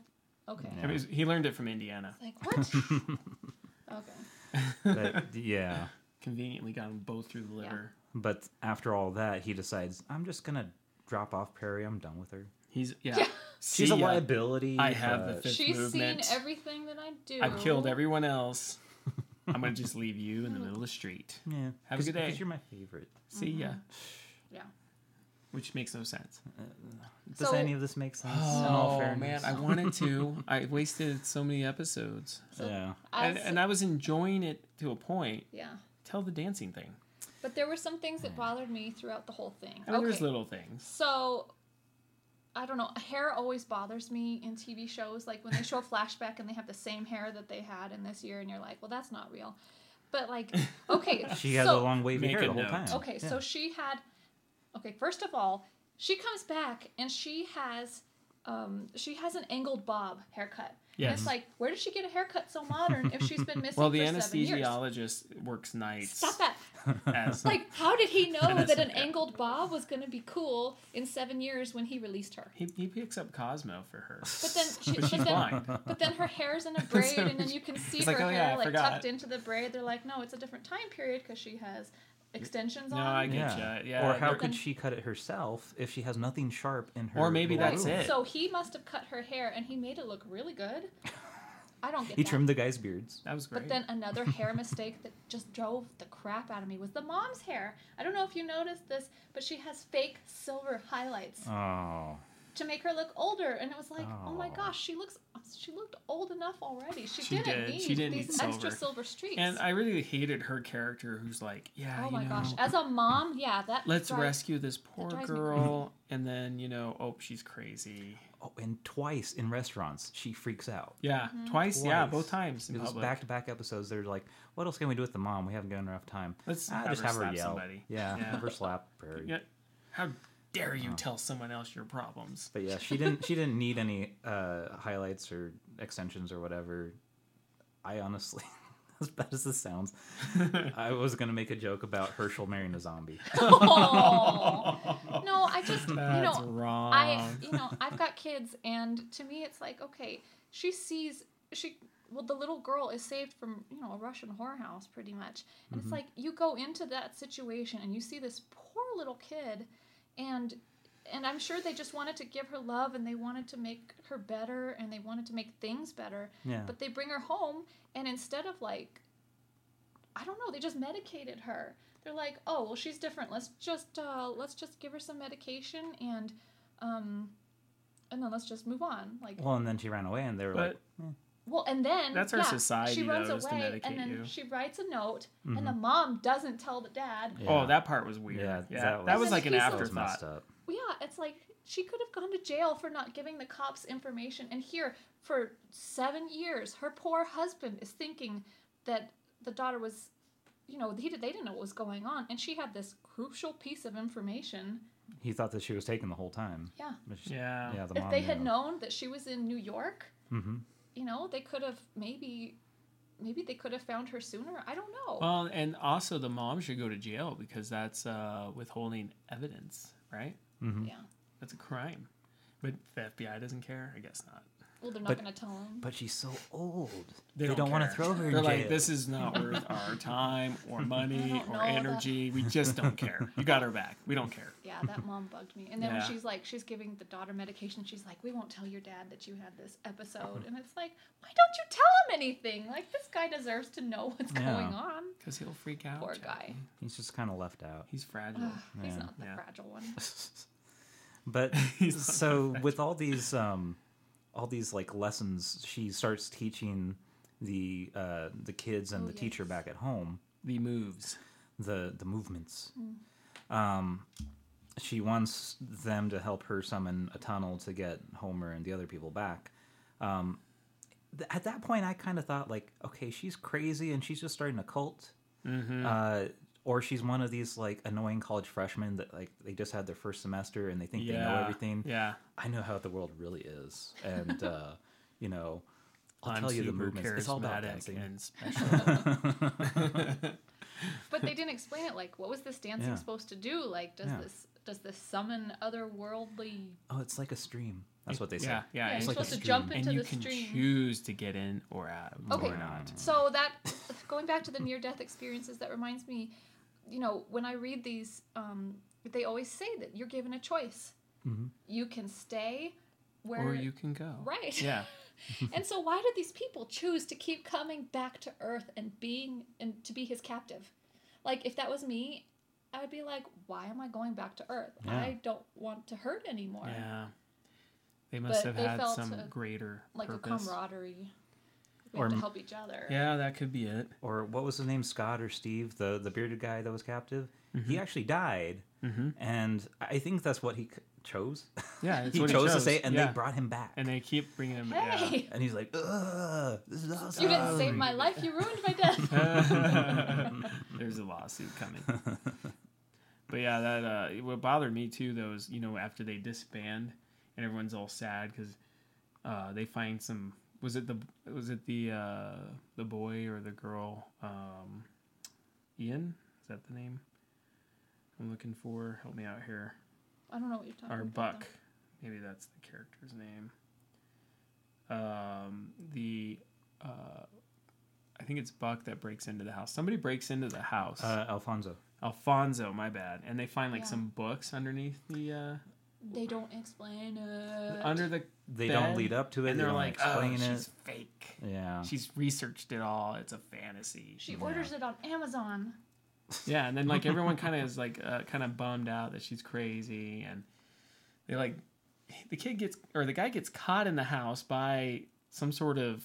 Speaker 3: okay
Speaker 1: I mean, he learned it from Indiana.
Speaker 3: It's like what okay
Speaker 2: But, yeah.
Speaker 1: Conveniently got them both through the liver.
Speaker 2: But after all that, he decides, I'm just going to drop off Perry. I'm done with her.
Speaker 1: He's yeah.
Speaker 3: Yeah.
Speaker 2: She's
Speaker 1: See
Speaker 2: a
Speaker 1: uh, ya.
Speaker 2: liability.
Speaker 1: I have the
Speaker 2: but-
Speaker 1: fifth
Speaker 3: she's
Speaker 1: movement.
Speaker 3: seen everything that i do
Speaker 1: I've killed everyone else. I'm gonna just leave you in the middle of the street.
Speaker 2: Yeah.
Speaker 1: Have a
Speaker 2: 'cause-
Speaker 1: good day.
Speaker 2: Because you're my favorite.
Speaker 1: See
Speaker 3: Mm-hmm.
Speaker 1: ya.
Speaker 3: yeah
Speaker 1: Which makes no sense.
Speaker 2: Does
Speaker 3: So-
Speaker 2: any of this make sense? in all
Speaker 1: Oh man,
Speaker 2: fairness?
Speaker 1: I wanted to. I wasted so many episodes,
Speaker 3: so
Speaker 2: Yeah.
Speaker 1: and,
Speaker 3: as-
Speaker 1: and I was enjoying it to a point.
Speaker 3: yeah
Speaker 1: Tell the dancing thing.
Speaker 3: but there were some things that bothered me throughout the whole thing
Speaker 1: I mean,
Speaker 3: okay
Speaker 1: there's little things.
Speaker 3: So I don't know. Hair always bothers me in TV shows. Like when they show a flashback and they have the same hair that they had in this year, and you're like, well, that's not real. But like, okay,
Speaker 2: She has
Speaker 3: so,
Speaker 2: a long wavy
Speaker 1: Make
Speaker 2: hair
Speaker 1: a
Speaker 2: the whole
Speaker 1: note.
Speaker 2: time.
Speaker 3: Okay,
Speaker 2: Yeah.
Speaker 3: so she had. Okay, first of all, she comes back and she has. Um, she has an angled bob haircut. And
Speaker 1: Yes.
Speaker 3: it's like, where did she get a haircut so modern if she's been missing
Speaker 1: Well, the
Speaker 3: for seven years?
Speaker 1: anesthesiologist works nights
Speaker 3: Stop that.
Speaker 1: as
Speaker 3: Like, how did he know
Speaker 1: That's
Speaker 3: that an
Speaker 1: okay.
Speaker 3: angled bob was going to be cool in seven years when he released her?
Speaker 1: he, he picks up Cosmo for her.
Speaker 3: But then, she,
Speaker 1: But
Speaker 3: but,
Speaker 1: she's
Speaker 3: then
Speaker 1: blind.
Speaker 3: but then her hair's in a braid,
Speaker 1: So
Speaker 3: and then you can see
Speaker 1: it's
Speaker 3: her
Speaker 1: like, oh, yeah,
Speaker 3: hair
Speaker 1: I
Speaker 3: like
Speaker 1: forgot.
Speaker 3: tucked into the braid. They're like, no, it's a different time period because she has extensions
Speaker 1: No,
Speaker 3: on.
Speaker 1: I get
Speaker 2: Yeah.
Speaker 1: you. Yeah,
Speaker 2: Or how
Speaker 1: they're-
Speaker 2: could she cut it herself if she has nothing sharp in her?
Speaker 1: Or maybe
Speaker 2: little
Speaker 1: that's
Speaker 2: room?
Speaker 1: it.
Speaker 3: So he must have cut her hair, and he made it look really good. I don't get
Speaker 2: He
Speaker 3: that.
Speaker 2: trimmed the guy's beards.
Speaker 1: That was great.
Speaker 3: But then another hair mistake that just drove the crap out of me was the mom's hair. I don't know if you noticed this, but she has fake silver highlights
Speaker 1: Uh.
Speaker 2: Oh.
Speaker 3: to make her look older, and it was like, oh, my
Speaker 2: Oh.
Speaker 3: gosh, she looks um, she looked old enough already. She,
Speaker 1: She
Speaker 3: didn't
Speaker 1: did.
Speaker 3: need
Speaker 1: She didn't
Speaker 3: these
Speaker 1: need
Speaker 3: extra
Speaker 1: silver.
Speaker 3: silver streaks.
Speaker 1: and I really hated her character, who's like, yeah,
Speaker 3: Oh
Speaker 1: you
Speaker 3: my
Speaker 1: know,
Speaker 3: gosh. As a mom, yeah, that
Speaker 1: let's
Speaker 3: drives-
Speaker 1: rescue this poor
Speaker 3: drives me
Speaker 1: girl, and then you know, oh, she's crazy.
Speaker 2: Oh, and twice in restaurants, she freaks out.
Speaker 1: Yeah,
Speaker 3: Mm-hmm.
Speaker 1: twice, Yeah,
Speaker 2: Twice.
Speaker 1: both times in
Speaker 2: It was
Speaker 1: public.
Speaker 2: back to back episodes. They're like, what else can we do with the mom? We haven't given her enough time.
Speaker 1: Let's
Speaker 2: Ah,
Speaker 1: have
Speaker 2: just
Speaker 1: her
Speaker 2: have her
Speaker 1: slap
Speaker 2: yell.
Speaker 1: somebody.
Speaker 2: Yeah, Uh-huh.
Speaker 1: Yeah.
Speaker 2: have her slap her.
Speaker 1: Yeah. How dare you tell someone else your problems?
Speaker 2: But yeah, she didn't. She didn't need any uh, highlights or extensions or whatever. I honestly, as bad as this sounds, I was gonna make a joke about Herschel marrying a zombie.
Speaker 3: Aw. no, I just you
Speaker 1: That's
Speaker 3: know
Speaker 1: wrong.
Speaker 3: I you know I've got kids, and to me it's like okay, she sees she well the little girl is saved from you know a Russian whorehouse pretty much, and it's like you go into that situation and you see this poor little kid, and and I'm sure they just wanted to give her love and they wanted to make her better and they wanted to make things better,
Speaker 2: Yeah.
Speaker 3: But they bring her home, and instead of like, I don't know, they just medicated her. They're like, oh well, she's different. Let's just uh, let's just give her some medication and, um, and then let's just move on. Like,
Speaker 2: Well, and then she ran away, and they were like,
Speaker 1: but
Speaker 3: well, and then
Speaker 1: That's our
Speaker 3: yeah,
Speaker 1: society,
Speaker 3: She runs
Speaker 1: though, is to
Speaker 3: away,
Speaker 1: medicate
Speaker 3: and then
Speaker 1: you. Mm-hmm.
Speaker 3: she writes a note, and the mom doesn't tell the dad. Yeah,
Speaker 1: oh, that part was weird.
Speaker 2: Yeah,
Speaker 1: Yeah,
Speaker 2: that
Speaker 1: that was,
Speaker 2: was-
Speaker 1: like an
Speaker 3: He's so-
Speaker 2: that was
Speaker 1: afterthought.
Speaker 2: messed up.
Speaker 3: well, yeah it's like she could have gone to jail for not giving the cops information, and here for seven years, her poor husband is thinking that the daughter was, you know, he did, they didn't know what was going on, and she had this crucial piece of information.
Speaker 2: He thought that she was taken the whole time.
Speaker 3: Yeah,
Speaker 2: But she-
Speaker 1: Yeah.
Speaker 2: Yeah. The
Speaker 3: if
Speaker 2: mom
Speaker 3: they had
Speaker 2: knew.
Speaker 3: known that she was in New York,
Speaker 2: Mhm.
Speaker 3: you know, they could have maybe, maybe they could have found her sooner. I don't know.
Speaker 1: Well, and also the mom should go to jail because that's uh, withholding evidence, right?
Speaker 3: yeah.
Speaker 1: That's a crime. But the FBI doesn't care? I guess not.
Speaker 3: Well, they're
Speaker 2: But-
Speaker 3: not going to tell him.
Speaker 2: But she's so old. They, don't, want to
Speaker 1: care.
Speaker 2: throw her in
Speaker 1: They're
Speaker 2: jail.
Speaker 1: like, this is not worth our time or money
Speaker 3: don't
Speaker 1: or
Speaker 3: know that-
Speaker 1: energy. We just don't care. You got her back. We don't care.
Speaker 3: Yeah, that mom bugged me. And then
Speaker 1: Yeah.
Speaker 3: when she's like, she's giving the daughter medication, she's like, we won't tell your dad that you had this
Speaker 2: Uh-huh.
Speaker 3: episode. And it's like, why don't you tell him anything? Like, this guy deserves to know what's
Speaker 2: Yeah.
Speaker 3: going on.
Speaker 1: Because he'll freak out.
Speaker 3: Poor
Speaker 1: Chad.
Speaker 3: guy.
Speaker 2: He's just kind of left out.
Speaker 1: He's fragile.
Speaker 3: Ugh, he's
Speaker 2: Yeah.
Speaker 3: not the
Speaker 1: Yeah.
Speaker 3: fragile one.
Speaker 2: But
Speaker 1: He's not
Speaker 2: so with all these um, all these like lessons, she starts teaching the uh, the kids and
Speaker 3: Oh,
Speaker 2: the teacher
Speaker 3: yes.
Speaker 2: back at home
Speaker 1: the moves.
Speaker 2: the the movements. Um, she wants them to help her summon a tunnel to get Homer and the other people back. Um, th- at
Speaker 1: Mm-hmm.
Speaker 2: that point, I kind of thought like, okay, she's crazy and she's just starting a cult. Uh, or she's one of these like annoying college freshmen that like they just had their first semester and they think they know
Speaker 1: Yeah,
Speaker 2: everything.
Speaker 1: Yeah.
Speaker 2: I know how the world really is, and uh, you know, I'll
Speaker 1: I'm
Speaker 2: tell you the
Speaker 1: super
Speaker 2: movements. It's all about
Speaker 1: charismatic
Speaker 2: dancing.
Speaker 1: and special.
Speaker 3: But they didn't explain it. Like, what was this dancing
Speaker 2: Yeah.
Speaker 3: supposed to do? Like, does
Speaker 2: Yeah.
Speaker 3: this does this summon otherworldly?
Speaker 2: oh, it's like a stream. That's what they say.
Speaker 1: Yeah, yeah.
Speaker 3: Yeah,
Speaker 1: and-
Speaker 3: you're
Speaker 2: It's like a
Speaker 3: supposed to jump
Speaker 2: stream.
Speaker 1: and
Speaker 3: into
Speaker 1: you
Speaker 3: the
Speaker 1: can
Speaker 3: stream.
Speaker 1: choose to get in or out
Speaker 3: Okay.
Speaker 1: or not.
Speaker 3: So that going back to the near death experiences, that reminds me, you know, when I read these, um, they always say that you're given a choice.
Speaker 2: Mhm.
Speaker 3: You can stay where
Speaker 1: Or you can go.
Speaker 3: right.
Speaker 1: Yeah.
Speaker 3: and so why do these people choose to keep coming back to Earth and being and to be his captive? Like if that was me, I would be like, why am I going back to Earth?
Speaker 2: Yeah.
Speaker 3: I don't want to hurt anymore.
Speaker 1: Yeah. They must
Speaker 3: But
Speaker 1: have
Speaker 3: they
Speaker 1: had
Speaker 3: felt
Speaker 1: some
Speaker 3: a-
Speaker 1: greater
Speaker 3: Like a
Speaker 1: purpose.
Speaker 3: camaraderie. We
Speaker 2: Or
Speaker 3: have to
Speaker 2: m-
Speaker 3: help each other.
Speaker 1: Yeah, that could be it.
Speaker 2: Or what was his name? Scott or Steve? The the bearded guy that was captive. He actually died,
Speaker 1: Mm-hmm.
Speaker 2: and I think that's what he c- chose.
Speaker 1: Yeah, it's
Speaker 2: he,
Speaker 1: what
Speaker 2: chose
Speaker 1: he
Speaker 2: to
Speaker 1: chose,
Speaker 2: say, and
Speaker 1: yeah.
Speaker 2: they brought him back.
Speaker 1: And they keep bringing him.
Speaker 3: Hey.
Speaker 2: And he's like, "Ugh, this is awesome."
Speaker 3: You
Speaker 1: Oh.
Speaker 3: didn't save my life. You ruined my death.
Speaker 1: Yeah. There's a lawsuit coming. But yeah, that uh, what bothered me too though is you know after they disband and everyone's all sad because uh, they find some was it the was it the uh, the boy or the girl um, Ian is that the name I'm looking for help me out here
Speaker 3: I don't know what you're talking
Speaker 1: or
Speaker 3: about.
Speaker 1: Buck maybe that's the character's name um, the uh, I think it's Buck that breaks into the house somebody breaks into the house
Speaker 2: Uh, Alfonso.
Speaker 1: Alfonso, my bad. And they find like
Speaker 3: Yeah.
Speaker 1: some books underneath the
Speaker 3: though. They don't explain
Speaker 1: uh
Speaker 3: it.
Speaker 1: under the
Speaker 2: They
Speaker 1: bed,
Speaker 2: don't lead up to it.
Speaker 1: and
Speaker 2: they
Speaker 1: they're
Speaker 2: don't
Speaker 1: like, "Oh,
Speaker 2: explain
Speaker 1: she's
Speaker 2: it.
Speaker 1: fake.
Speaker 2: Yeah.
Speaker 1: She's researched it all. It's a fantasy."
Speaker 3: she orders it on Amazon.
Speaker 1: yeah, and then like everyone kind of is like uh, kind of bummed out that she's crazy and they like the kid gets or the guy gets caught in the house by some sort of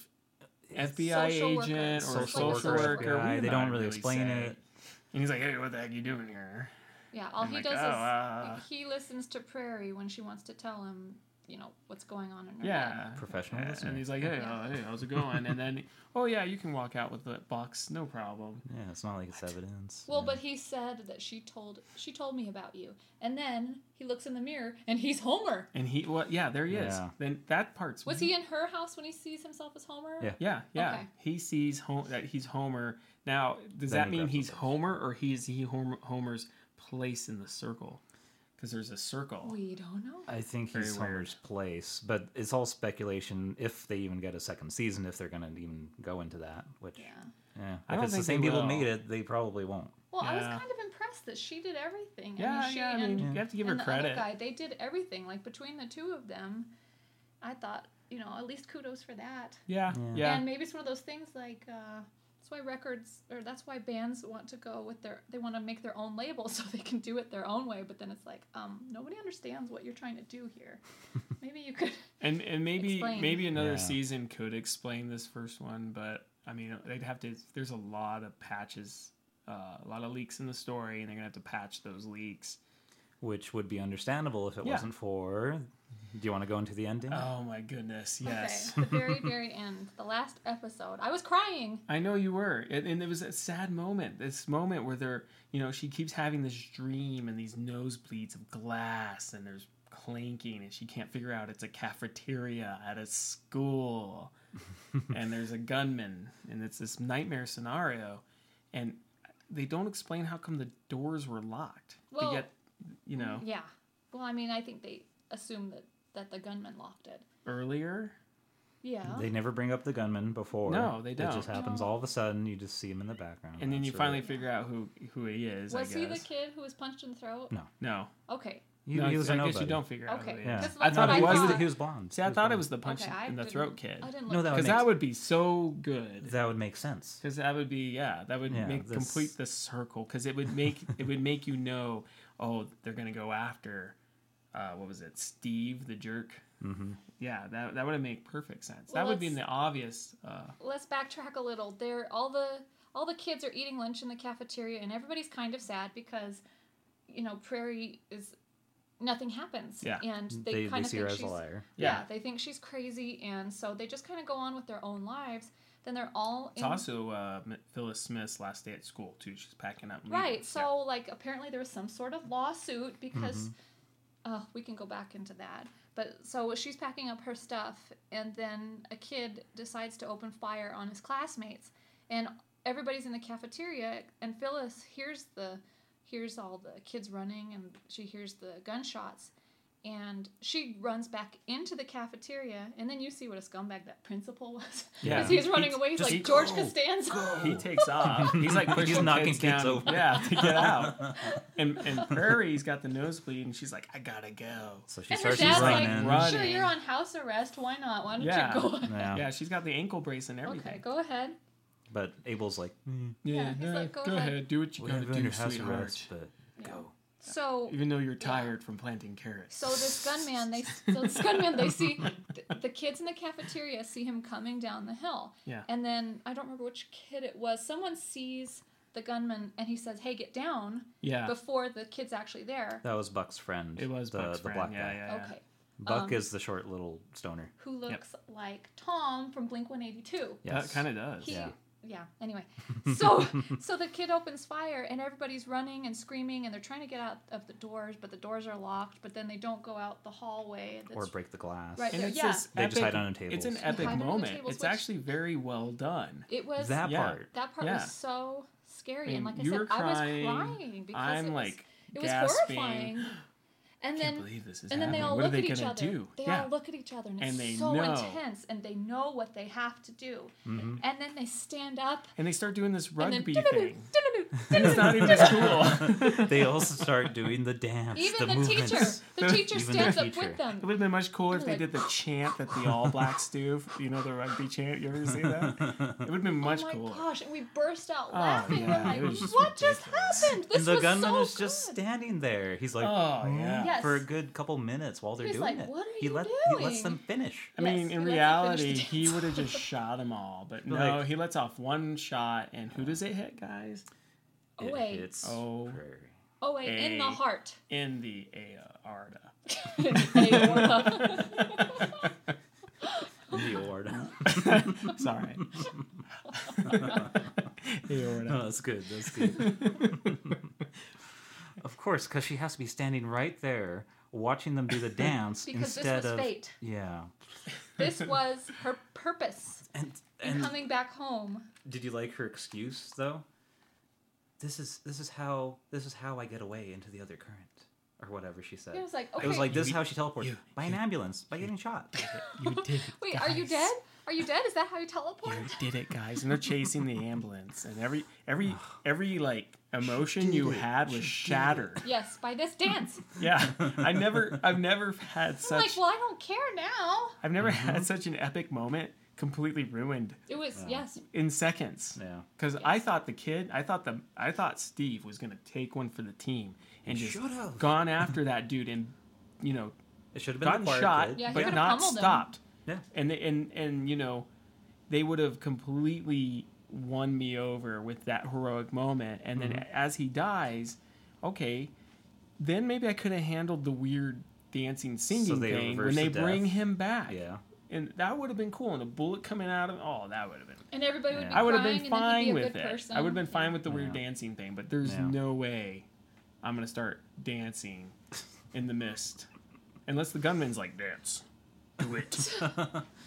Speaker 1: FBI
Speaker 3: Social worker.
Speaker 1: agent or
Speaker 3: Social
Speaker 1: social,
Speaker 3: worker.
Speaker 1: worker.
Speaker 2: Yeah,
Speaker 1: We
Speaker 2: they
Speaker 1: not
Speaker 2: don't really explain
Speaker 1: say.
Speaker 2: it.
Speaker 1: And he's like, "Hey, what the heck you doing here?"
Speaker 3: Yeah, all
Speaker 1: I'm
Speaker 3: he
Speaker 1: like,
Speaker 3: does
Speaker 1: "Oh, uh."
Speaker 3: is he listens to Prairie when she wants to tell him, you know, what's going on in her life.
Speaker 1: Yeah.
Speaker 2: Professional
Speaker 1: Yeah,
Speaker 2: listener.
Speaker 1: and he's like, "Hey,
Speaker 3: Yeah.
Speaker 1: uh, hey, how's it going?" and then, "Oh yeah, you can walk out with the box, no problem."
Speaker 2: Yeah, it's not like it's evidence.
Speaker 3: Well,
Speaker 2: yeah.
Speaker 3: but he said that she told she told me about you, and then he looks in the mirror and he's Homer.
Speaker 1: And he, well, yeah, there he is.
Speaker 2: Yeah.
Speaker 1: Then that part's
Speaker 3: Was he in her house when he sees himself as Homer?
Speaker 2: Mm-hmm. Yeah.
Speaker 1: Yeah, yeah.
Speaker 3: Okay.
Speaker 1: He sees home that he's Homer. Now, does
Speaker 2: Then
Speaker 1: that
Speaker 2: he
Speaker 1: mean
Speaker 2: grabs
Speaker 1: he's
Speaker 2: the box.
Speaker 1: Homer or he is he Homer, Homer's place in the circle? Because there's a circle.
Speaker 3: We don't know.
Speaker 2: I think
Speaker 1: Very
Speaker 2: he's
Speaker 1: weird.
Speaker 2: Homer's place, but it's all speculation. If they even get a second season, if they're gonna even go into that, which
Speaker 3: Yeah.
Speaker 2: yeah,
Speaker 1: I
Speaker 2: if
Speaker 1: don't
Speaker 2: it's the
Speaker 1: think
Speaker 2: same
Speaker 1: they
Speaker 2: people
Speaker 1: will.
Speaker 2: who made it, they probably won't.
Speaker 3: Well, I was
Speaker 1: Yeah.
Speaker 3: kind of impressed that she did everything. I
Speaker 1: yeah,
Speaker 3: mean, she
Speaker 1: yeah. I
Speaker 3: and
Speaker 1: mean, you have to give her
Speaker 3: and the
Speaker 1: credit.
Speaker 3: other guy, they did everything. Like between the two of them, I thought, you know, at least kudos for that.
Speaker 1: Yeah,
Speaker 2: Yeah.
Speaker 1: yeah.
Speaker 3: And maybe it's one of those things like uh, that's why records or that's why bands want to go with their they want to make their own label so they can do it their own way. But then it's like um, nobody understands what you're trying to do here. maybe you could.
Speaker 1: And and maybe
Speaker 3: Explain.
Speaker 1: maybe another
Speaker 2: Yeah.
Speaker 1: season could explain this first one, but I mean they'd have to. There's a lot of patches, uh, a lot of leaks in the story, and they're gonna have to patch those leaks.
Speaker 2: Which would be understandable if it
Speaker 1: Yeah.
Speaker 2: wasn't for. Do you want to go into the ending?
Speaker 1: Oh my goodness, yes.
Speaker 3: Okay, the very very end, the last episode, I was crying.
Speaker 1: I know you were, and, and it was a sad moment. This moment where they're, you know, she keeps having this dream and these nosebleeds of glass, and there's clanking, and she can't figure out it's a cafeteria at a school, and there's a gunman, and it's this nightmare scenario, and they don't explain how come the doors were locked,
Speaker 3: Well-
Speaker 1: but yet, you know,
Speaker 3: Yeah. Well, I mean, I think they assumed that that the gunman locked it.
Speaker 1: earlier.
Speaker 3: Yeah.
Speaker 2: They never bring up the gunman before.
Speaker 1: No, they
Speaker 2: It just
Speaker 1: don't.
Speaker 2: happens
Speaker 3: No.
Speaker 2: all of a sudden. You just see him in the background,
Speaker 1: And then
Speaker 2: that's
Speaker 1: you
Speaker 2: it.
Speaker 1: finally figure out who who he is. I
Speaker 3: Was
Speaker 1: guess.
Speaker 3: he the kid who was punched in the throat?
Speaker 2: No.
Speaker 1: No,
Speaker 3: Okay.
Speaker 2: You,
Speaker 1: no,
Speaker 2: he was a
Speaker 1: I guess
Speaker 2: nobody.
Speaker 1: you don't figure out.
Speaker 3: Okay.
Speaker 1: Who he is.
Speaker 2: Yeah.
Speaker 3: That's
Speaker 1: I
Speaker 3: what
Speaker 1: thought
Speaker 3: I
Speaker 1: it was
Speaker 2: he,
Speaker 1: the
Speaker 2: was, he was blonde.
Speaker 1: See,
Speaker 2: He
Speaker 1: I
Speaker 2: was
Speaker 1: thought it
Speaker 2: blonde.
Speaker 1: was the punch
Speaker 3: Okay, I
Speaker 1: in the
Speaker 3: didn't-
Speaker 1: throat kid.
Speaker 3: I didn't
Speaker 2: No,
Speaker 3: look.
Speaker 2: that
Speaker 1: Because
Speaker 2: makes-
Speaker 1: that would be so good.
Speaker 2: That would make sense.
Speaker 1: Because that would be yeah, that would
Speaker 2: Yeah,
Speaker 1: make
Speaker 2: this-
Speaker 1: complete the circle. Because it would make it would make you know, oh, they're gonna go after, uh, what was it, Steve the jerk?
Speaker 2: hmm
Speaker 1: Yeah, that that would make perfect sense.
Speaker 3: Well,
Speaker 1: that would be in the
Speaker 3: let's-
Speaker 1: obvious. Uh,
Speaker 3: Let's backtrack a little. There, all the all the kids are eating lunch in the cafeteria, and everybody's kind of sad because, you know, Prairie is nothing happens.
Speaker 1: Yeah.
Speaker 3: And they,
Speaker 2: Mm, They, they
Speaker 3: kind of
Speaker 2: see her
Speaker 3: think
Speaker 2: as
Speaker 3: she's
Speaker 2: a liar.
Speaker 3: yeah.
Speaker 1: Yeah.
Speaker 3: They think she's crazy, and so they just kind of go on with their own lives. then they're all
Speaker 1: It's also uh, M- Phyllis Smith's last day at school too. She's packing up. and leaving.
Speaker 3: Right. So,
Speaker 1: Yeah.
Speaker 3: like, apparently there was some sort of lawsuit because
Speaker 1: Mm-hmm.
Speaker 3: uh, we can go back into that. But so she's packing up her stuff, and then a kid decides to open fire on his classmates, and everybody's in the cafeteria, and Phyllis hears the hears all the kids running, and she hears the gunshots. And she runs back into the cafeteria, and then you see what a scumbag that principal was.
Speaker 1: Yeah.
Speaker 3: Because he's running
Speaker 1: He's-
Speaker 3: away. He's
Speaker 1: just
Speaker 3: like,
Speaker 1: go,
Speaker 3: George Costanza.
Speaker 1: he takes off. He's like
Speaker 2: He's
Speaker 1: pushing
Speaker 2: knocking
Speaker 1: kids,
Speaker 2: kids
Speaker 1: down,
Speaker 2: over.
Speaker 1: Yeah, to get out. And and Prairie's got the nosebleed, and she's like, I gotta go.
Speaker 2: So she
Speaker 3: And her
Speaker 2: starts
Speaker 3: dad's like,
Speaker 2: running.
Speaker 1: Run.
Speaker 3: sure,
Speaker 1: Running.
Speaker 3: you're on house arrest. Why not? Why don't
Speaker 1: Yeah.
Speaker 3: you go?
Speaker 2: Yeah.
Speaker 1: Yeah, she's got the ankle brace and everything.
Speaker 3: Okay, go ahead.
Speaker 2: But Abel's like, "Mm,
Speaker 3: Yeah, he's like, go ahead.
Speaker 1: do what you
Speaker 2: we have her under house arrest, but
Speaker 3: Yeah.
Speaker 2: go.
Speaker 3: So,
Speaker 1: Even though you're tired from planting carrots.
Speaker 3: so this gunman, they so this gunman, they see the, the kids in the cafeteria see him coming down the hill,
Speaker 1: yeah.
Speaker 3: and then I don't remember which kid it was. Someone sees the gunman, and he says, "Hey, get down!"
Speaker 1: Yeah.
Speaker 3: Before the kid's actually there.
Speaker 2: That was Buck's friend.
Speaker 1: It was
Speaker 2: the,
Speaker 1: Buck's
Speaker 2: the
Speaker 1: friend.
Speaker 2: black
Speaker 1: yeah,
Speaker 2: guy.
Speaker 1: yeah, yeah.
Speaker 3: Okay,
Speaker 2: Buck
Speaker 3: Um,
Speaker 2: is the short little stoner.
Speaker 3: who looks like Tom from Blink One Eighty Two.
Speaker 2: Yes.
Speaker 1: That kind of does.
Speaker 3: He,
Speaker 1: yeah.
Speaker 3: yeah. Anyway, so so the kid opens fire and everybody's running and screaming and they're trying to get out of the doors, but the doors are locked. But then they don't go out the hallway.
Speaker 2: Or
Speaker 3: That's
Speaker 2: break the glass.
Speaker 3: Right.
Speaker 1: And
Speaker 3: there,
Speaker 1: it's
Speaker 3: yeah.
Speaker 1: this
Speaker 2: They just
Speaker 1: epic-
Speaker 2: hide under
Speaker 1: It's an
Speaker 2: tables.
Speaker 1: epic
Speaker 3: Hide under
Speaker 1: moment.
Speaker 3: tables,
Speaker 1: it's
Speaker 3: which-
Speaker 1: actually very well done.
Speaker 3: It was
Speaker 2: That
Speaker 3: that,
Speaker 1: Yeah.
Speaker 2: part.
Speaker 3: part
Speaker 1: yeah.
Speaker 3: was so scary.
Speaker 1: I mean,
Speaker 3: and like I
Speaker 1: you
Speaker 3: said,
Speaker 1: were
Speaker 3: I was
Speaker 1: crying,
Speaker 3: crying because
Speaker 1: I'm
Speaker 3: it was,
Speaker 1: like
Speaker 3: it was
Speaker 1: gasping.
Speaker 3: horrifying. And
Speaker 1: Can't
Speaker 3: then
Speaker 1: believe this is
Speaker 3: and then they
Speaker 1: happening.
Speaker 3: all
Speaker 1: what
Speaker 3: look
Speaker 1: are they
Speaker 3: at each
Speaker 1: gonna
Speaker 3: other.
Speaker 1: do?
Speaker 3: They
Speaker 1: yeah.
Speaker 3: all look at each other and it's
Speaker 1: And they
Speaker 3: so
Speaker 1: know.
Speaker 3: intense and they know what they have to do. And then they stand up
Speaker 1: and they start doing this
Speaker 3: and then
Speaker 1: rugby thing.
Speaker 3: it's
Speaker 1: It's not even cool.
Speaker 2: they also start doing the dance.
Speaker 3: Even the,
Speaker 2: movements.
Speaker 3: teacher, the teacher
Speaker 2: Even the
Speaker 3: stands up
Speaker 2: teacher.
Speaker 3: with them.
Speaker 1: It would have been much cooler if they
Speaker 3: Like-
Speaker 1: did the chant that the All Blacks do. You know the rugby chant. You ever see that? It would have been much
Speaker 3: oh my
Speaker 1: cooler.
Speaker 3: gosh! And we burst
Speaker 2: Oh,
Speaker 3: out laughing.
Speaker 1: yeah, it
Speaker 3: We're
Speaker 1: was
Speaker 3: like,
Speaker 1: just
Speaker 3: "What just happened? This
Speaker 2: and the
Speaker 3: was
Speaker 2: gunman
Speaker 3: so
Speaker 2: was just
Speaker 3: good."
Speaker 2: standing there. He's like,
Speaker 1: Oh,
Speaker 2: "Mm,"
Speaker 1: yeah.
Speaker 3: Yes.
Speaker 2: for a good couple minutes while they're
Speaker 3: He's
Speaker 2: doing
Speaker 3: like,
Speaker 2: it.
Speaker 3: "What are
Speaker 2: he
Speaker 3: you
Speaker 2: let he lets
Speaker 3: doing?"
Speaker 2: them finish.
Speaker 1: I mean,
Speaker 3: Yes,
Speaker 1: in
Speaker 3: he lets them finish the
Speaker 1: reality, he
Speaker 3: dance.
Speaker 1: would have just shot them all, but no,
Speaker 2: Like-
Speaker 1: he lets off one shot, and who does it hit, guys?
Speaker 3: Oh,
Speaker 2: It
Speaker 3: wait.
Speaker 2: hits
Speaker 1: Oh.
Speaker 2: Prairie.
Speaker 3: Oh wait, in the
Speaker 1: Hey.
Speaker 3: heart.
Speaker 1: In the aorta.
Speaker 3: Aorta.
Speaker 2: The order.
Speaker 1: Sorry,
Speaker 2: No,
Speaker 1: aorta.
Speaker 2: that's good. That's good. of course, because she has to be standing right there watching them do the dance
Speaker 3: Because this
Speaker 2: instead
Speaker 3: was
Speaker 2: of
Speaker 3: fate.
Speaker 2: yeah.
Speaker 3: This was her purpose
Speaker 2: And
Speaker 3: in
Speaker 2: and
Speaker 3: coming back home.
Speaker 2: did you like her excuse though? This is this is how this is how I get away into the other current or whatever she said.
Speaker 3: It was like,
Speaker 2: It was
Speaker 3: okay,
Speaker 2: like this is
Speaker 1: You-
Speaker 2: how she teleported
Speaker 1: you-
Speaker 2: by an ambulance by getting shot.
Speaker 1: You did it.
Speaker 3: wait, are you
Speaker 1: guys.
Speaker 3: dead? Are you dead? Is that how you
Speaker 1: You
Speaker 3: teleport?
Speaker 1: did it, guys. And they're chasing the ambulance, and every every every like emotion
Speaker 2: did
Speaker 1: you
Speaker 2: it.
Speaker 1: had was shattered.
Speaker 3: Yes, by this dance.
Speaker 1: Yeah, I never, I've never had
Speaker 3: I'm
Speaker 1: such,
Speaker 3: like, well, I don't care now.
Speaker 1: I've never had such an epic moment completely ruined
Speaker 3: It was yes.
Speaker 1: in seconds.
Speaker 2: Yeah.
Speaker 1: Because I thought the kid, I thought the, I thought Steve was gonna take one for the team and
Speaker 2: He
Speaker 1: just
Speaker 2: should've.
Speaker 1: gone after that dude and, you know,
Speaker 2: It should have been
Speaker 1: gotten
Speaker 2: the choir
Speaker 1: shot
Speaker 2: kid.
Speaker 3: Yeah, he
Speaker 1: but
Speaker 3: could've
Speaker 1: not
Speaker 3: pummeled him.
Speaker 1: stopped.
Speaker 2: Yeah.
Speaker 1: And and and you know, they would have completely won me over with that heroic moment. And then
Speaker 2: Mm-hmm.
Speaker 1: as he dies, okay, then maybe I could have handled the weird dancing singing
Speaker 2: they
Speaker 1: thing when
Speaker 2: reverse
Speaker 1: they
Speaker 2: the death.
Speaker 1: bring him back.
Speaker 2: Yeah.
Speaker 1: And that would have been cool. And a bullet coming out of oh, that would have been.
Speaker 3: And everybody would
Speaker 2: Yeah.
Speaker 3: be
Speaker 1: I would have
Speaker 3: crying,
Speaker 1: been
Speaker 3: and then he'd
Speaker 1: fine
Speaker 3: be a
Speaker 1: with
Speaker 3: good
Speaker 1: it.
Speaker 3: person.
Speaker 1: I would have been fine with the weird
Speaker 2: Yeah.
Speaker 1: dancing thing, but there's
Speaker 2: Yeah.
Speaker 1: no way I'm gonna start dancing in the mist, unless the gunman's like dance, do it.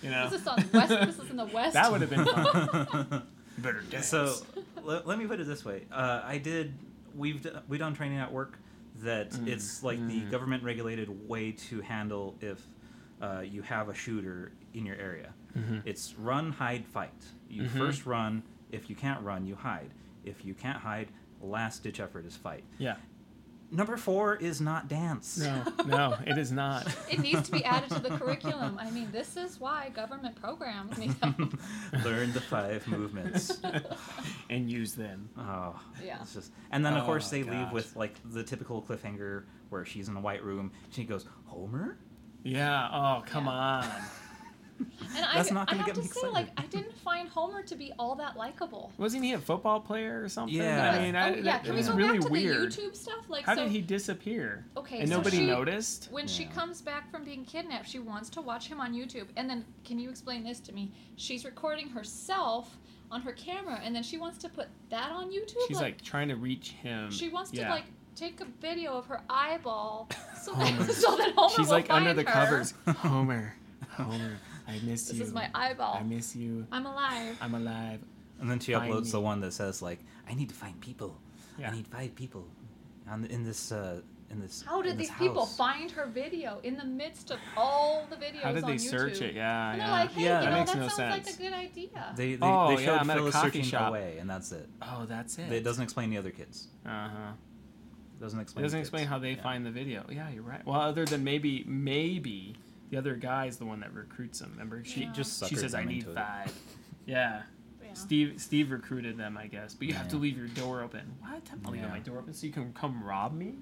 Speaker 1: You know,
Speaker 3: This is on west. This is in the west.
Speaker 1: that would have been fun. You better dance.
Speaker 2: So let, let me put it this way: uh, I did. We've d- we done training at work that it's like the government regulated way to handle if uh, you have a shooter in your area. It's run, hide, fight. You first run. If you can't run, you hide. If you can't hide, last ditch effort is fight.
Speaker 1: yeah,
Speaker 2: Number four is not dance.
Speaker 1: no, no, it is not.
Speaker 3: It needs to be added to the curriculum. I mean, this is why government programs need help.
Speaker 2: Learn the five movements.
Speaker 1: And use them.
Speaker 2: Oh,
Speaker 3: Yeah.
Speaker 2: It's just, and then of course
Speaker 1: Oh,
Speaker 2: they leave
Speaker 1: gosh.
Speaker 2: with like the typical cliffhanger where she's in a white room. She goes, Homer.
Speaker 1: Yeah. Oh, come
Speaker 3: Yeah.
Speaker 1: on.
Speaker 3: And I,
Speaker 2: That's not
Speaker 3: I
Speaker 2: gonna
Speaker 3: have
Speaker 2: get
Speaker 3: to
Speaker 2: me
Speaker 3: say,
Speaker 2: excited.
Speaker 3: like, I didn't find Homer to be all that likable.
Speaker 1: Wasn't he a football player or something?
Speaker 2: Yeah.
Speaker 1: I mean, I,
Speaker 3: oh, yeah.
Speaker 1: that-
Speaker 3: Can
Speaker 1: it
Speaker 3: we
Speaker 1: was
Speaker 3: go
Speaker 1: really
Speaker 3: back to
Speaker 1: weird.
Speaker 3: the YouTube stuff? Like,
Speaker 1: How
Speaker 3: so
Speaker 1: did he disappear?
Speaker 3: Okay,
Speaker 1: and
Speaker 3: so
Speaker 1: nobody
Speaker 3: she-
Speaker 1: noticed.
Speaker 3: when she
Speaker 2: Yeah.
Speaker 3: comes back from being kidnapped, she wants to watch him on YouTube. And then, can you explain this to me? She's recording herself on her camera, and then she wants to put that on YouTube.
Speaker 1: She's like trying to reach him.
Speaker 3: she wants to
Speaker 1: yeah.
Speaker 3: like take a video of her eyeball, so
Speaker 1: Homer.
Speaker 3: that, so that Homer
Speaker 1: She's
Speaker 3: will
Speaker 1: like under
Speaker 3: find
Speaker 1: the
Speaker 3: her.
Speaker 1: covers. Homer, Homer, I miss
Speaker 3: This
Speaker 1: you.
Speaker 3: is my eyeball.
Speaker 1: I miss you.
Speaker 3: I'm alive.
Speaker 1: I'm alive.
Speaker 2: And then she
Speaker 1: Find
Speaker 2: uploads the
Speaker 1: me.
Speaker 2: one that says like, "I need to find people.
Speaker 1: Yeah.
Speaker 2: I need five people, on in this uh, in this."
Speaker 3: How
Speaker 2: in
Speaker 3: did
Speaker 2: this
Speaker 3: these people
Speaker 2: house."
Speaker 3: find her video in the midst of all the videos
Speaker 1: How did
Speaker 3: on
Speaker 1: they
Speaker 3: YouTube?
Speaker 1: search it? Yeah,
Speaker 3: And
Speaker 1: yeah.
Speaker 3: they're like, hey,
Speaker 2: Yeah,
Speaker 3: you
Speaker 2: that
Speaker 3: know, that
Speaker 1: makes no
Speaker 3: sounds like
Speaker 1: sense.
Speaker 3: a good idea.
Speaker 2: They they,
Speaker 1: Oh,
Speaker 2: they
Speaker 1: yeah,
Speaker 2: showed
Speaker 1: I'm at a
Speaker 2: Phyllis
Speaker 1: coffee
Speaker 2: searching
Speaker 1: shop.
Speaker 2: away, and that's it.
Speaker 1: oh, that's it.
Speaker 2: It doesn't explain the other kids.
Speaker 1: Uh huh.
Speaker 2: It doesn't
Speaker 1: It
Speaker 2: explain.
Speaker 1: doesn't
Speaker 2: the
Speaker 1: explain
Speaker 2: kids.
Speaker 1: how they
Speaker 2: Yeah.
Speaker 1: find the video. Yeah, you're right. Well, other than maybe, maybe the other guy's the one that recruits them. Remember, she
Speaker 3: Yeah.
Speaker 2: Just
Speaker 1: she
Speaker 2: suckered
Speaker 1: says, "I
Speaker 2: them
Speaker 1: need
Speaker 2: into it.
Speaker 1: five. Yeah.
Speaker 3: Yeah.
Speaker 1: Steve Steve recruited them, I guess. But you have to
Speaker 2: Yeah.
Speaker 1: leave your door open. What? I'm not leaving
Speaker 2: Yeah.
Speaker 1: my door open so you can come rob me.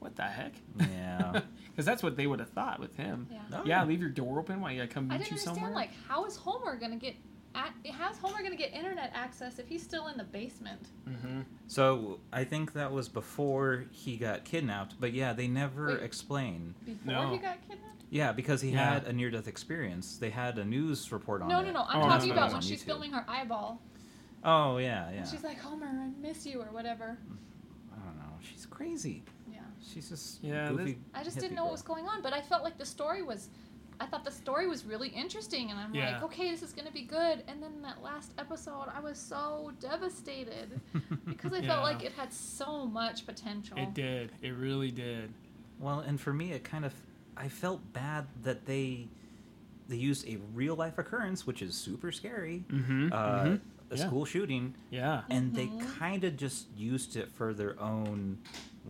Speaker 1: What the heck?
Speaker 2: Yeah.
Speaker 1: Because that's what they would have thought with him.
Speaker 3: Yeah.
Speaker 2: No.
Speaker 1: Oh, Yeah, leave your door open while I come meet
Speaker 3: I didn't
Speaker 1: you
Speaker 3: understand.
Speaker 1: somewhere.
Speaker 3: Like, how is Homer gonna get? ac- How's Homer gonna get internet access if he's still in the basement?
Speaker 1: hmm
Speaker 2: So I think that was before he got kidnapped, but yeah, they never
Speaker 3: Wait.
Speaker 2: explain.
Speaker 3: Before
Speaker 1: No.
Speaker 3: he got kidnapped?
Speaker 2: Yeah, because he
Speaker 1: Yeah.
Speaker 2: had a near-death experience. They had a news report on
Speaker 3: No,
Speaker 2: it.
Speaker 3: no, no. I'm
Speaker 1: Oh,
Speaker 3: talking
Speaker 1: no, no,
Speaker 3: about
Speaker 1: no.
Speaker 3: when
Speaker 2: On
Speaker 3: she's
Speaker 2: YouTube.
Speaker 3: filming her eyeball.
Speaker 2: Oh yeah, yeah.
Speaker 3: And she's like, Homer, I miss you, or whatever.
Speaker 2: I don't know. She's crazy.
Speaker 3: Yeah.
Speaker 2: She's just
Speaker 1: Yeah,
Speaker 2: Goofy
Speaker 3: I just
Speaker 2: hippie
Speaker 3: didn't know
Speaker 2: girl.
Speaker 3: what was going on, but I felt like the story was. I thought the story was really interesting, and I'm like,
Speaker 1: Yeah.
Speaker 3: okay, this is gonna be good. And then that last episode, I was so devastated because I
Speaker 1: Yeah.
Speaker 3: felt like it had so much potential.
Speaker 1: It did. It really did.
Speaker 2: Well, and for me, it kind of I felt bad that they they used a real life occurrence, which is super scary,
Speaker 1: Mm-hmm.
Speaker 2: uh, a
Speaker 1: Yeah.
Speaker 2: school shooting,
Speaker 1: Yeah.
Speaker 2: and they
Speaker 3: Mhm.
Speaker 2: kind of just used it for their own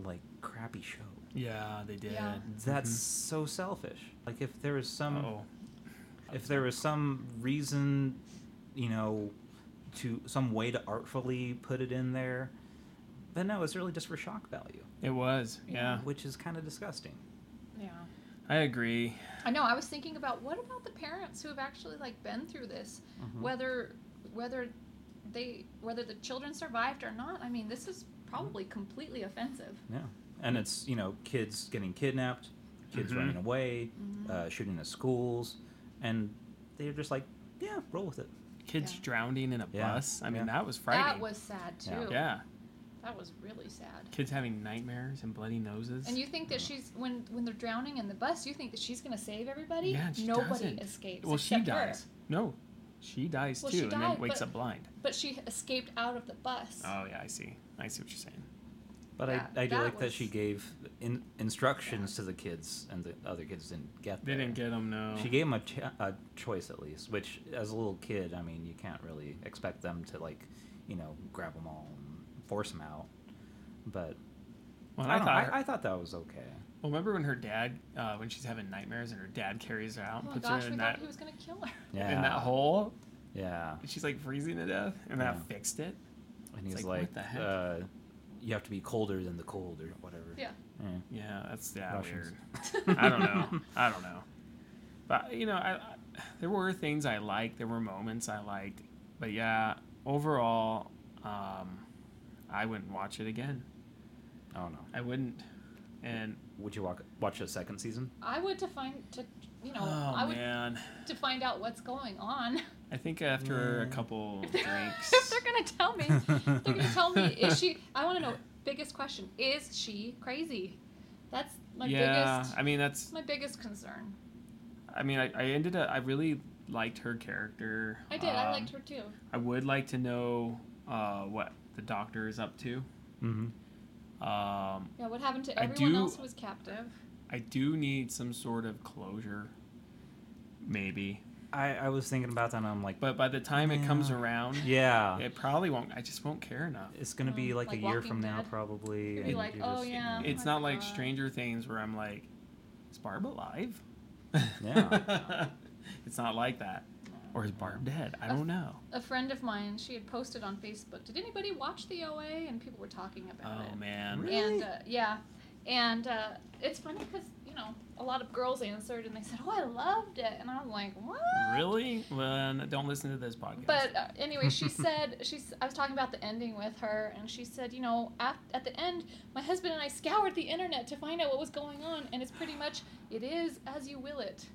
Speaker 2: like crappy show.
Speaker 1: Yeah, they did.
Speaker 3: Yeah.
Speaker 2: That's so selfish. Like if there was some
Speaker 1: Mm-hmm. Oh.
Speaker 2: if there was some reason, you know, to some way to artfully put it in there, but no, it's really just for shock value,
Speaker 1: It was. Yeah.
Speaker 2: which is kind of disgusting.
Speaker 3: Yeah.
Speaker 1: I agree.
Speaker 3: I know. I was thinking about what about the parents who have actually like been through this,
Speaker 2: Hmm.
Speaker 1: Mm-hmm.
Speaker 3: whether whether they whether the children survived or not. I mean, this is
Speaker 2: Hmm.
Speaker 3: probably completely offensive.
Speaker 2: Yeah, and it's you know kids getting kidnapped, kids
Speaker 1: Mhm.
Speaker 2: running away,
Speaker 3: Mm-hmm.
Speaker 2: uh, shooting at schools, and they're just like, yeah, roll with it.
Speaker 1: Kids
Speaker 3: Yeah.
Speaker 1: drowning in a
Speaker 2: Yeah.
Speaker 1: bus. I mean,
Speaker 2: Yeah.
Speaker 1: that was frightening.
Speaker 3: That was sad too.
Speaker 2: Yeah.
Speaker 1: Yeah.
Speaker 3: That was really sad.
Speaker 1: Kids having nightmares and bloody noses.
Speaker 3: And you think that she's when when they're drowning in the bus, you think that she's gonna save everybody?
Speaker 1: Yeah, and she
Speaker 3: Nobody
Speaker 1: doesn't.
Speaker 3: escapes.
Speaker 1: well, she
Speaker 3: except her.
Speaker 1: dies. No, she dies
Speaker 3: Well,
Speaker 1: too,
Speaker 3: she
Speaker 1: and then
Speaker 3: died,
Speaker 1: wakes
Speaker 3: but-
Speaker 1: up blind.
Speaker 3: But she escaped out of the bus.
Speaker 1: Oh yeah, I see. I see what you're saying.
Speaker 2: But
Speaker 3: That-
Speaker 2: I, I do
Speaker 3: that
Speaker 2: like that she
Speaker 3: was-
Speaker 2: gave in, instructions to the kids, and the other kids didn't get.
Speaker 1: They didn't
Speaker 2: there.
Speaker 1: get them. No.
Speaker 2: She gave them a, ch- a choice at least, which as a little kid, I mean, you can't really expect them to like, you know, grab them all and force them out. But
Speaker 1: well,
Speaker 2: I,
Speaker 1: I,
Speaker 2: don't
Speaker 1: thought.
Speaker 2: know,
Speaker 1: her-
Speaker 2: I, I thought that was okay.
Speaker 1: well, remember when her dad, uh, when she's having nightmares, and her dad carries her out
Speaker 3: Oh
Speaker 1: and
Speaker 3: my
Speaker 1: puts
Speaker 3: gosh,
Speaker 1: her
Speaker 3: we
Speaker 1: in
Speaker 3: thought
Speaker 1: that
Speaker 3: he was gonna kill her.
Speaker 2: Yeah,
Speaker 1: in that hole.
Speaker 2: yeah.
Speaker 1: and She's like freezing to death, and that
Speaker 2: Yeah.
Speaker 1: fixed it. It's
Speaker 2: And he's
Speaker 1: like,
Speaker 2: like,
Speaker 1: what the heck?
Speaker 2: Uh, you have to be colder than the cold or whatever. Eh,
Speaker 3: Yeah.
Speaker 2: Yeah.
Speaker 1: Yeah, that's yeah
Speaker 2: Russians.
Speaker 1: weird. I don't know. I don't know. But you know, I, I there were things I liked. There were moments I liked. But yeah, overall, um, I wouldn't watch it again.
Speaker 2: I don't know.
Speaker 1: I wouldn't. And
Speaker 2: Would you walk, watch the second season?
Speaker 3: I would to find to you know
Speaker 1: oh
Speaker 3: I would
Speaker 1: man,
Speaker 3: to find out what's going on.
Speaker 1: I think after a
Speaker 2: Mm.
Speaker 1: couple
Speaker 3: If they're,
Speaker 1: drinks,
Speaker 3: if they're gonna tell me, if
Speaker 2: Mm-hmm.
Speaker 3: they're gonna tell me is she? I want to know. Biggest question: Is she crazy? That's my
Speaker 1: yeah,
Speaker 3: biggest.
Speaker 1: I mean that's.
Speaker 3: My biggest concern.
Speaker 1: I mean, I, I ended up. I really liked her character.
Speaker 3: I did. I
Speaker 1: Um,
Speaker 3: liked her too.
Speaker 1: I would like to know uh, what the doctor is up to.
Speaker 2: Mm-hmm.
Speaker 1: Um,
Speaker 3: Yeah, what happened to
Speaker 1: I
Speaker 3: everyone
Speaker 1: do-
Speaker 3: else who was captive?
Speaker 1: I do need some sort of closure, maybe.
Speaker 2: I, I was thinking about that and I'm like,
Speaker 1: But by the time it comes
Speaker 2: Yeah.
Speaker 1: around,
Speaker 2: yeah,
Speaker 1: it probably won't. I just won't care enough.
Speaker 2: it's going to be
Speaker 3: Um,
Speaker 2: like,
Speaker 3: like
Speaker 2: a year
Speaker 3: Walking
Speaker 2: from now
Speaker 3: Dead.
Speaker 2: probably.
Speaker 3: You'll be
Speaker 2: and
Speaker 3: like,
Speaker 2: you're just,
Speaker 3: "Oh,
Speaker 2: you
Speaker 3: yeah."
Speaker 2: know,
Speaker 1: It's
Speaker 3: Oh my
Speaker 1: not like
Speaker 3: God.
Speaker 1: Stranger Things where I'm like, is Barb alive?
Speaker 2: Yeah.
Speaker 1: it's not like that. Or is Barb dead? I
Speaker 3: Uh,
Speaker 1: don't know.
Speaker 3: A friend of mine, she had posted on Facebook, "Did anybody watch the OA?" And people were talking about
Speaker 1: Oh
Speaker 3: it.
Speaker 1: man.
Speaker 2: Really?
Speaker 3: And uh, yeah, and uh, it's funny because you know, a lot of girls answered and they said, "Oh, I loved it," and I'm like, "What?"
Speaker 1: Really? Then don't listen to this podcast.
Speaker 3: But uh, anyway, she said she's. I was talking about the ending with her, and she said, you know, at, at the end, my husband and I scoured the internet to find out what was going on, and it's pretty much it is as you will it.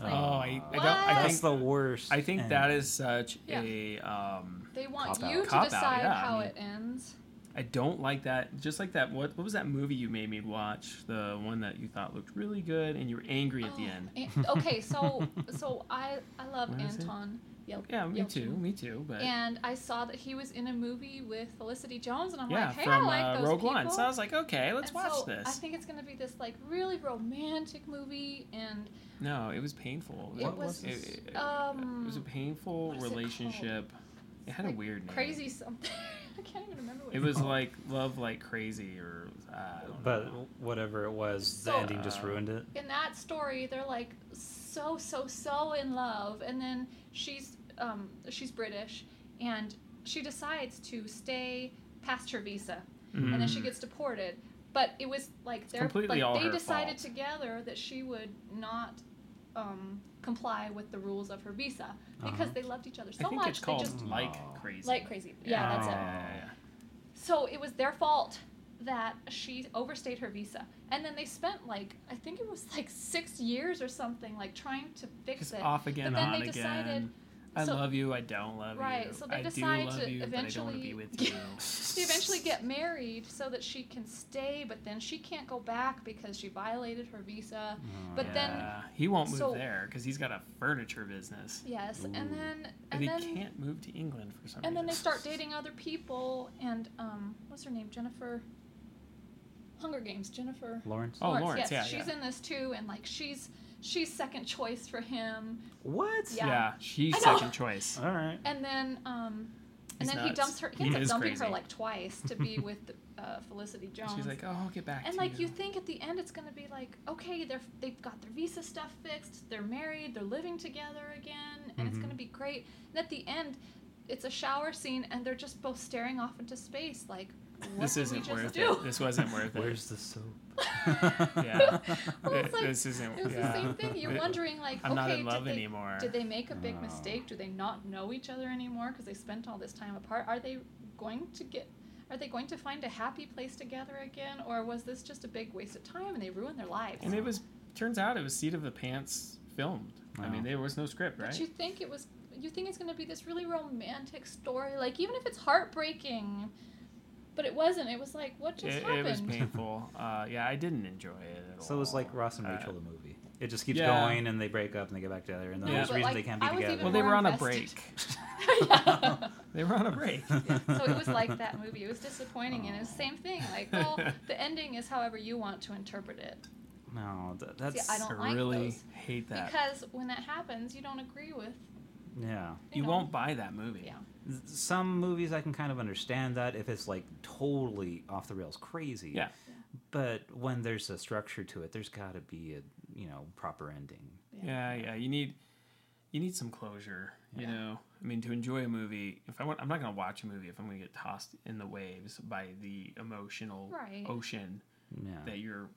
Speaker 1: oh, I, I don't. I
Speaker 3: What?
Speaker 2: That's
Speaker 1: think
Speaker 2: the worst.
Speaker 1: I think
Speaker 2: and
Speaker 1: that is such
Speaker 3: Yeah.
Speaker 1: a. Um,
Speaker 3: They want
Speaker 2: Cop out.
Speaker 3: you to
Speaker 1: Cop out,
Speaker 3: decide
Speaker 1: yeah, I
Speaker 3: how
Speaker 1: mean-
Speaker 3: it ends.
Speaker 1: I don't like that. Just like that. What What was that movie you made me watch? The one that you thought looked really good, and you were angry at the
Speaker 3: Oh,
Speaker 1: end.
Speaker 3: An- okay, so so I I love
Speaker 1: What is it?
Speaker 3: Anton. Yel-
Speaker 1: Yeah, me
Speaker 3: Yelchin.
Speaker 1: too. Me too. But
Speaker 3: And I saw that he was in a movie with Felicity Jones, and I'm
Speaker 1: yeah,
Speaker 3: like, hey,
Speaker 1: from
Speaker 3: I like
Speaker 1: uh,
Speaker 3: those
Speaker 1: Rogue
Speaker 3: people.
Speaker 1: One. So I was like, okay, let's
Speaker 3: And
Speaker 1: watch
Speaker 3: so I
Speaker 1: this.
Speaker 3: think it's gonna be this like really romantic movie, and
Speaker 1: No, it was painful.
Speaker 3: It was,
Speaker 1: It, it-
Speaker 3: um,
Speaker 1: it was a painful
Speaker 3: what is it called?
Speaker 1: relationship. It, had a
Speaker 3: like,
Speaker 1: weird name.
Speaker 3: crazy something. I can't even remember. What
Speaker 1: It
Speaker 3: it's
Speaker 1: was
Speaker 3: called.
Speaker 1: like love like crazy or uh, I don't
Speaker 2: But
Speaker 1: know.
Speaker 2: whatever it was,
Speaker 3: So,
Speaker 2: the ending just
Speaker 1: uh,
Speaker 2: ruined it.
Speaker 3: in that story, they're like so so so in love, and then she's um, she's British, and she decides to stay past her visa, and then she
Speaker 1: Mm.
Speaker 3: gets deported. But it was like they're
Speaker 1: completely
Speaker 3: like
Speaker 1: all
Speaker 3: they
Speaker 1: her
Speaker 3: decided
Speaker 1: fault.
Speaker 3: together that she would not um, comply with the rules of her visa because they loved each other so
Speaker 1: Uh-huh. I think
Speaker 3: much
Speaker 1: it's called Oh.
Speaker 3: they just
Speaker 1: like
Speaker 2: Oh.
Speaker 1: crazy.
Speaker 3: like crazy. Yeah, that's it.
Speaker 1: yeah,
Speaker 3: So it was their fault that she overstayed her visa. And then they spent like I think it was like six years or something, like trying to fix
Speaker 1: It's
Speaker 3: it.
Speaker 1: off again,
Speaker 3: But then
Speaker 1: on
Speaker 3: they decided-
Speaker 1: again. I
Speaker 3: so-
Speaker 1: love you. I don't love you.
Speaker 3: Right, so they
Speaker 1: I
Speaker 3: decide
Speaker 1: do love
Speaker 3: to
Speaker 1: you, but I don't want to be
Speaker 3: eventually-
Speaker 1: with you.
Speaker 3: They eventually get married so that she can stay, but then she can't go back because she violated her visa.
Speaker 2: Oh,
Speaker 3: But then-
Speaker 1: Yeah, he won't move
Speaker 3: so-
Speaker 1: there because he's got a furniture business.
Speaker 3: Yes, and
Speaker 2: Ooh.
Speaker 3: then
Speaker 1: But
Speaker 3: and
Speaker 1: he
Speaker 3: then
Speaker 1: can't move to England for some reason.
Speaker 3: and then they start dating other people. And um, what's her name? Jennifer. Hunger Games. Jennifer.
Speaker 2: Lawrence.
Speaker 1: Oh, Lawrence,
Speaker 3: yes,
Speaker 1: yeah,
Speaker 3: she's
Speaker 1: yeah.
Speaker 3: in this too, and like she's she's second choice for him.
Speaker 2: What?
Speaker 3: Yeah.
Speaker 1: Yeah, she's
Speaker 3: I know.
Speaker 1: second choice.
Speaker 2: All right.
Speaker 3: And then, um, and
Speaker 1: He's
Speaker 3: then he
Speaker 1: nuts.
Speaker 3: dumps her.
Speaker 1: He
Speaker 3: He ends up
Speaker 1: is
Speaker 3: dumping her
Speaker 1: crazy.
Speaker 3: like twice to be with uh, Felicity Jones.
Speaker 1: She's like, oh, I'll get back
Speaker 3: and
Speaker 1: to
Speaker 3: like
Speaker 1: you.
Speaker 3: you think at the end it's gonna be like, okay, they're they've got their visa stuff fixed, they're married, they're living together again, and it's
Speaker 1: Mm-hmm.
Speaker 2: Mhm.
Speaker 3: gonna be great. And at the end, it's a shower scene, and they're just both staring off into space, like, what
Speaker 1: this
Speaker 3: did we
Speaker 1: isn't
Speaker 3: just
Speaker 1: worth
Speaker 3: do?
Speaker 1: it. This wasn't worth it.
Speaker 2: Where's the soap?
Speaker 1: Yeah.
Speaker 3: Well, it's
Speaker 1: Th-
Speaker 3: like-
Speaker 1: this isn't.
Speaker 3: It was
Speaker 1: yeah.
Speaker 3: the same thing. You're
Speaker 1: It-
Speaker 3: wondering, like,
Speaker 1: I'm
Speaker 3: okay,
Speaker 1: not in love
Speaker 3: did, they,
Speaker 1: anymore.
Speaker 3: did they make a big
Speaker 2: Oh.
Speaker 3: mistake? Do they not know each other anymore because they spent all this time apart? Are they going to get? Are they going to find a happy place together again, or was this just a big waste of time and they ruined their lives?
Speaker 1: And it was. Turns out it was seat of the pants filmed. I mean,
Speaker 2: Wow.
Speaker 1: there was no script,
Speaker 3: But
Speaker 1: right?
Speaker 3: you think it was? You think it's going to be this really romantic story, like even if it's heartbreaking, but it wasn't. It was like, what just
Speaker 1: it,
Speaker 3: happened?
Speaker 1: it was painful. uh, yeah, I didn't enjoy it. At
Speaker 2: So it was
Speaker 1: all.
Speaker 2: like Ross and
Speaker 1: Uh,
Speaker 2: Rachel, the movie. It just keeps
Speaker 1: yeah.
Speaker 2: going, and they break up, and they get back together, and then
Speaker 1: Yeah.
Speaker 2: there's a
Speaker 3: But,
Speaker 2: reason
Speaker 3: like,
Speaker 2: they can't be
Speaker 3: I was even
Speaker 2: together.
Speaker 1: Well, they
Speaker 3: more
Speaker 1: were on a
Speaker 3: invested.
Speaker 1: break.
Speaker 3: Yeah.
Speaker 1: They were on a break.
Speaker 3: So it was like that movie. It was disappointing, and it was the same thing. Like, well, the ending is however you want to interpret it.
Speaker 2: No, th- that's
Speaker 3: I
Speaker 1: I
Speaker 3: don't like
Speaker 1: really
Speaker 3: those.
Speaker 1: hate that.
Speaker 3: Because when that happens, you don't agree with.
Speaker 2: yeah.
Speaker 1: you
Speaker 3: You, know,
Speaker 1: won't buy that movie.
Speaker 3: Yeah.
Speaker 2: Th- Some movies I can kind of understand that if it's like totally off the rails crazy.
Speaker 1: Yeah.
Speaker 2: But when there's a structure to it, there's got to be a you know proper ending.
Speaker 1: Yeah, yeah. You need you need some closure. You know, I mean, to enjoy a movie, if I want, I'm not gonna watch a movie if I'm gonna get tossed in the waves by the emotional
Speaker 3: Right.
Speaker 1: ocean
Speaker 2: Yeah.
Speaker 1: that you're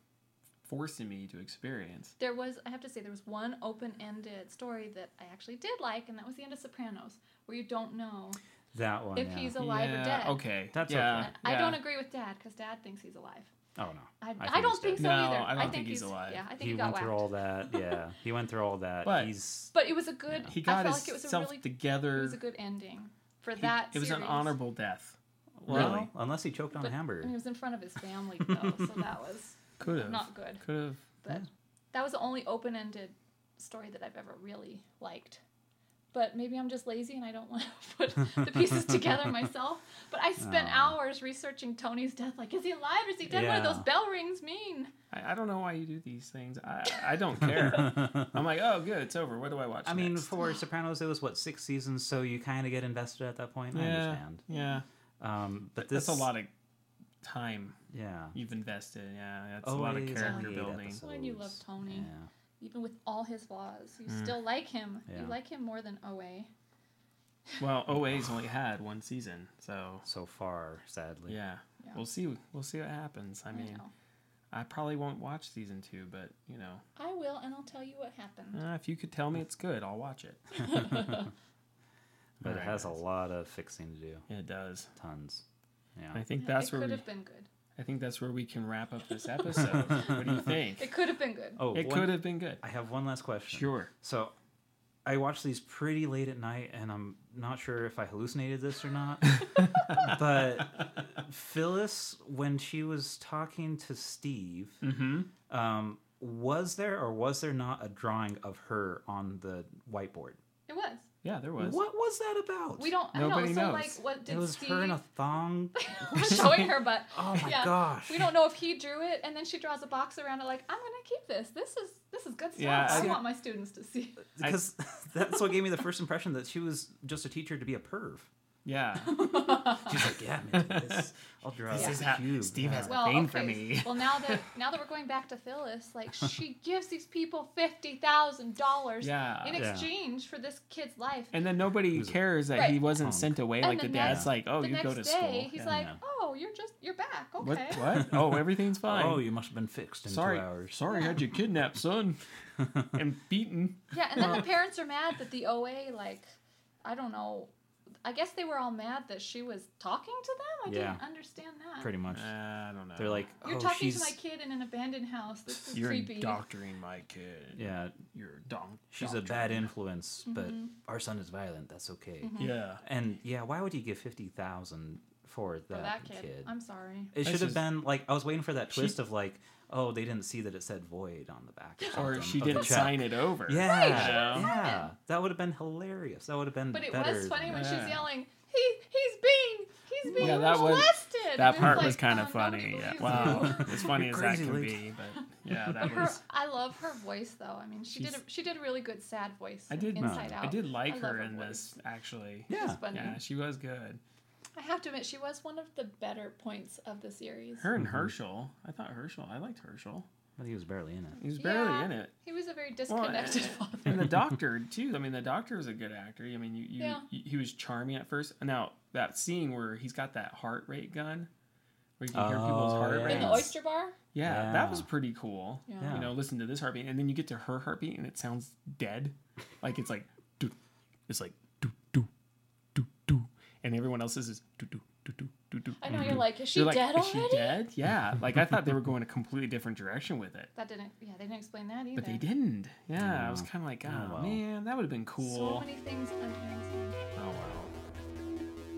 Speaker 1: forcing me to experience.
Speaker 3: There was, I have to say, there was one open-ended story that I actually did like, and that was the end of Sopranos, where you don't know
Speaker 2: That one.
Speaker 3: if
Speaker 2: Oh, yeah.
Speaker 3: he's alive
Speaker 1: yeah,
Speaker 3: or dead.
Speaker 1: Okay,
Speaker 2: That's
Speaker 1: yeah,
Speaker 2: okay.
Speaker 3: And I
Speaker 1: yeah.
Speaker 3: don't agree with Dad because Dad thinks he's alive.
Speaker 2: Oh no.
Speaker 3: I,
Speaker 2: think
Speaker 3: I, don't
Speaker 2: he's
Speaker 3: think
Speaker 2: dead.
Speaker 3: so
Speaker 1: No,
Speaker 3: either.
Speaker 1: I don't think he's alive.
Speaker 3: Yeah, I think he,
Speaker 2: he,
Speaker 3: got
Speaker 2: went
Speaker 3: whacked.
Speaker 2: through all that. Yeah. he went through all that.
Speaker 1: But-
Speaker 2: he's
Speaker 3: But it was a good.
Speaker 1: He
Speaker 3: I
Speaker 1: got
Speaker 3: felt like it was a
Speaker 1: himself
Speaker 3: really,
Speaker 1: together.
Speaker 3: it was a good ending for
Speaker 1: He-
Speaker 3: that.
Speaker 1: it was an
Speaker 3: series.
Speaker 1: honorable death.
Speaker 2: well,
Speaker 1: Really?
Speaker 2: unless he choked on
Speaker 3: But-
Speaker 2: a hamburger.
Speaker 3: And he was in front of his family though, so that was
Speaker 1: Could have.
Speaker 3: not good.
Speaker 1: Could have.
Speaker 3: But that was the only open-ended story that I've ever really liked. But maybe I'm just lazy and I don't want to put the pieces together myself. But I spent
Speaker 2: Aw.
Speaker 3: hours researching Tony's death. Like, is he alive? Is he dead? What do those
Speaker 2: Yeah.
Speaker 3: bell rings mean?
Speaker 1: I, I don't know why you do these things. I I don't care. I'm like, oh, good, it's over. What do I watch?
Speaker 2: I mean,
Speaker 1: next?
Speaker 2: for Sopranos, it was what six seasons, so you kind of get invested at that point. I
Speaker 1: yeah,
Speaker 2: understand.
Speaker 1: yeah.
Speaker 2: Um, but this
Speaker 1: That's a lot of time
Speaker 2: Yeah.
Speaker 1: you've invested. Yeah, that's a lot of
Speaker 2: Always
Speaker 1: character
Speaker 2: 28
Speaker 1: building.
Speaker 2: episodes.
Speaker 3: When you love Tony.
Speaker 2: Yeah.
Speaker 3: Even with all his flaws, you
Speaker 1: Mm.
Speaker 3: still like him. You
Speaker 2: Yeah.
Speaker 3: like him more than OA.
Speaker 1: Well, OA's only had one season, so
Speaker 2: So far, sadly.
Speaker 1: yeah.
Speaker 3: Yeah.
Speaker 1: we'll see. We'll see what happens. I
Speaker 3: I
Speaker 1: mean,
Speaker 3: know.
Speaker 1: I probably won't watch season two, but you know,
Speaker 3: I will, and I'll tell you what happened.
Speaker 1: eh, if you could tell me it's good, I'll watch it.
Speaker 4: But it
Speaker 1: Alright,
Speaker 4: has a
Speaker 1: guys.
Speaker 4: lot of fixing to do.
Speaker 1: It does.
Speaker 4: Tons.
Speaker 1: I
Speaker 4: Yeah.
Speaker 1: think that's
Speaker 3: it
Speaker 1: where
Speaker 3: could
Speaker 1: we,
Speaker 3: have been good.
Speaker 1: I think that's where we can wrap up this episode. what do you think?
Speaker 3: It could have been good.
Speaker 4: Oh,
Speaker 1: It
Speaker 4: one-
Speaker 1: could have been good.
Speaker 2: I have one last question.
Speaker 1: Sure.
Speaker 2: So I watch these pretty late at night, and I'm not sure if I hallucinated this or not. but Phyllis, when she was talking to Steve,
Speaker 1: Mm-hmm.
Speaker 2: um, was there or was there not a drawing of her on the whiteboard?
Speaker 3: It was.
Speaker 1: Yeah, there was.
Speaker 2: What was that about?
Speaker 3: We don't. I don't
Speaker 1: Nobody
Speaker 3: know. So
Speaker 1: knows.
Speaker 3: like, what did
Speaker 2: It was
Speaker 3: Steve
Speaker 2: her in a thong.
Speaker 3: showing her butt?
Speaker 2: Oh my
Speaker 3: yeah.
Speaker 2: gosh!
Speaker 3: We don't know if he drew it, and then she draws a box around it. Like, I'm gonna keep this. This is this is good stuff.
Speaker 1: Yeah,
Speaker 3: I
Speaker 1: I-
Speaker 3: want my students to see.
Speaker 2: because that's what gave me the first impression that she was just a teacher to be a perv.
Speaker 1: Yeah.
Speaker 2: She's like, yeah, man, do this, I'll draw
Speaker 1: This
Speaker 2: a
Speaker 1: is how-
Speaker 2: cube."
Speaker 1: Steve has-
Speaker 3: Well,
Speaker 1: Thing
Speaker 3: okay.
Speaker 1: for me.
Speaker 3: Well, now that now that we're going back to Phyllis, like she gives these people fifty thousand dollars
Speaker 1: Yeah.
Speaker 3: in
Speaker 4: Yeah.
Speaker 3: exchange for this kid's life.
Speaker 1: And then nobody
Speaker 4: Who's a
Speaker 1: cares that he
Speaker 3: Right.
Speaker 1: wasn't
Speaker 2: punk.
Speaker 1: sent away.
Speaker 3: And
Speaker 1: like
Speaker 3: the
Speaker 1: the dad's
Speaker 3: next-
Speaker 1: like, oh,
Speaker 3: the
Speaker 1: you
Speaker 3: next
Speaker 1: go to
Speaker 3: day,
Speaker 1: school.
Speaker 3: he's
Speaker 1: Yeah.
Speaker 3: like,
Speaker 4: Yeah.
Speaker 3: "Oh, you're just you're back, okay."
Speaker 1: what? What? Oh, everything's fine.
Speaker 2: Oh, you must have been fixed in
Speaker 1: sorry.
Speaker 2: two hours.
Speaker 1: Sorry, I had you kidnapped, son, and beaten.
Speaker 3: Yeah, and then the parents are mad that the OA, like, I don't know. I guess they were all mad that she was talking to them. I
Speaker 2: Yeah.
Speaker 3: didn't understand that.
Speaker 2: Pretty much.
Speaker 1: Uh, I don't know.
Speaker 2: They're like,
Speaker 3: You're
Speaker 2: oh,
Speaker 3: talking
Speaker 2: she's
Speaker 3: to my kid in an abandoned house. This is
Speaker 1: you're
Speaker 3: creepy.
Speaker 1: doctoring my kid.
Speaker 2: yeah,
Speaker 1: You're donk.
Speaker 2: she's a bad influence, but
Speaker 3: Mm-hmm.
Speaker 2: our son is violent. That's okay.
Speaker 1: Yeah.
Speaker 2: And yeah, why would you give fifty thousand for
Speaker 3: For
Speaker 2: that,
Speaker 3: that kid.
Speaker 2: kid?
Speaker 3: I'm sorry.
Speaker 2: It
Speaker 1: This
Speaker 2: should have
Speaker 1: is-
Speaker 2: been like I was waiting for that
Speaker 1: She-
Speaker 2: twist of like, oh, they didn't see that it said void on the back,
Speaker 1: Or
Speaker 2: something
Speaker 1: she
Speaker 2: of the
Speaker 1: didn't
Speaker 2: check.
Speaker 1: sign it over.
Speaker 2: Yeah,
Speaker 1: Yeah.
Speaker 2: yeah, that would have been hilarious. That would have been.
Speaker 3: But it
Speaker 2: better
Speaker 3: was funny
Speaker 2: than-
Speaker 3: when
Speaker 1: Yeah.
Speaker 3: she's yelling, he, he's being, he's being
Speaker 1: Yeah, that was-
Speaker 3: molested. And
Speaker 1: That
Speaker 3: it's
Speaker 1: part
Speaker 3: like,
Speaker 1: was kind of
Speaker 3: oh, nobody
Speaker 1: funny. Yeah.
Speaker 3: believes
Speaker 1: Wow.
Speaker 3: you.
Speaker 1: as funny
Speaker 2: You're
Speaker 1: as that
Speaker 2: crazy,
Speaker 1: can
Speaker 2: Luke.
Speaker 1: be, but yeah, that
Speaker 3: Her,
Speaker 1: was.
Speaker 3: I love her voice though. I mean, she did a,
Speaker 1: She's-
Speaker 3: she did a really good sad voice.
Speaker 1: I did.
Speaker 3: Inside Out.
Speaker 1: I did like
Speaker 3: I love
Speaker 1: her in
Speaker 3: voice.
Speaker 1: this actually.
Speaker 3: She's
Speaker 2: Yeah.
Speaker 3: funny.
Speaker 1: Yeah, she was good.
Speaker 3: I have to admit, she was one of the better points of the series.
Speaker 1: Her
Speaker 2: Mm-hmm.
Speaker 1: and Herschel. I thought Herschel. I liked Herschel.
Speaker 2: But he was barely in it.
Speaker 1: He was barely
Speaker 3: Yeah.
Speaker 1: in it.
Speaker 3: He was a very
Speaker 1: Well,
Speaker 3: disconnected
Speaker 1: and-
Speaker 3: father.
Speaker 1: and the doctor too. I mean, the doctor was a good actor. I mean, you, you,
Speaker 3: Yeah.
Speaker 1: you- he was charming at first. Now that scene where he's got that heart rate gun, where you can hear people's
Speaker 2: Oh,
Speaker 1: heart
Speaker 2: yeah.
Speaker 1: rate.
Speaker 3: In the
Speaker 2: Yes.
Speaker 3: oyster bar?
Speaker 1: Yeah, that
Speaker 2: Yeah.
Speaker 1: was pretty cool.
Speaker 3: Yeah.
Speaker 1: You
Speaker 2: Yeah.
Speaker 1: know, listen to this heartbeat, and then you get to her heartbeat, and it sounds dead. Like it's like, do, it's like do do do do, and everyone else's is do do do do do do.
Speaker 3: I know you're like, is she
Speaker 1: Mm-hmm. You're like,
Speaker 3: dead
Speaker 1: is
Speaker 3: already?
Speaker 1: she dead? Yeah. Like I thought they were going a completely different direction with it.
Speaker 3: That didn't yeah, they didn't explain that either.
Speaker 1: But they didn't. Yeah, I was
Speaker 2: No.
Speaker 1: kind of like, oh,
Speaker 2: well.
Speaker 1: man, that would have been
Speaker 3: So
Speaker 1: cool.
Speaker 3: many things unhandsome.
Speaker 1: Oh wow.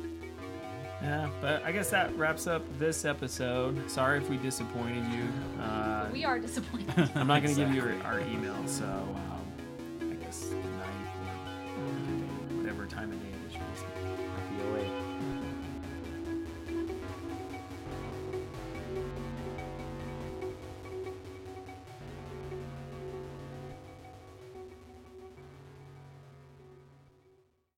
Speaker 1: Yeah, but I guess that wraps up this episode. Sorry if we disappointed you. Uh,
Speaker 3: We are disappointed.
Speaker 1: I'm not going to give you our, our email, so um, I guess tonight or whatever time of day it is.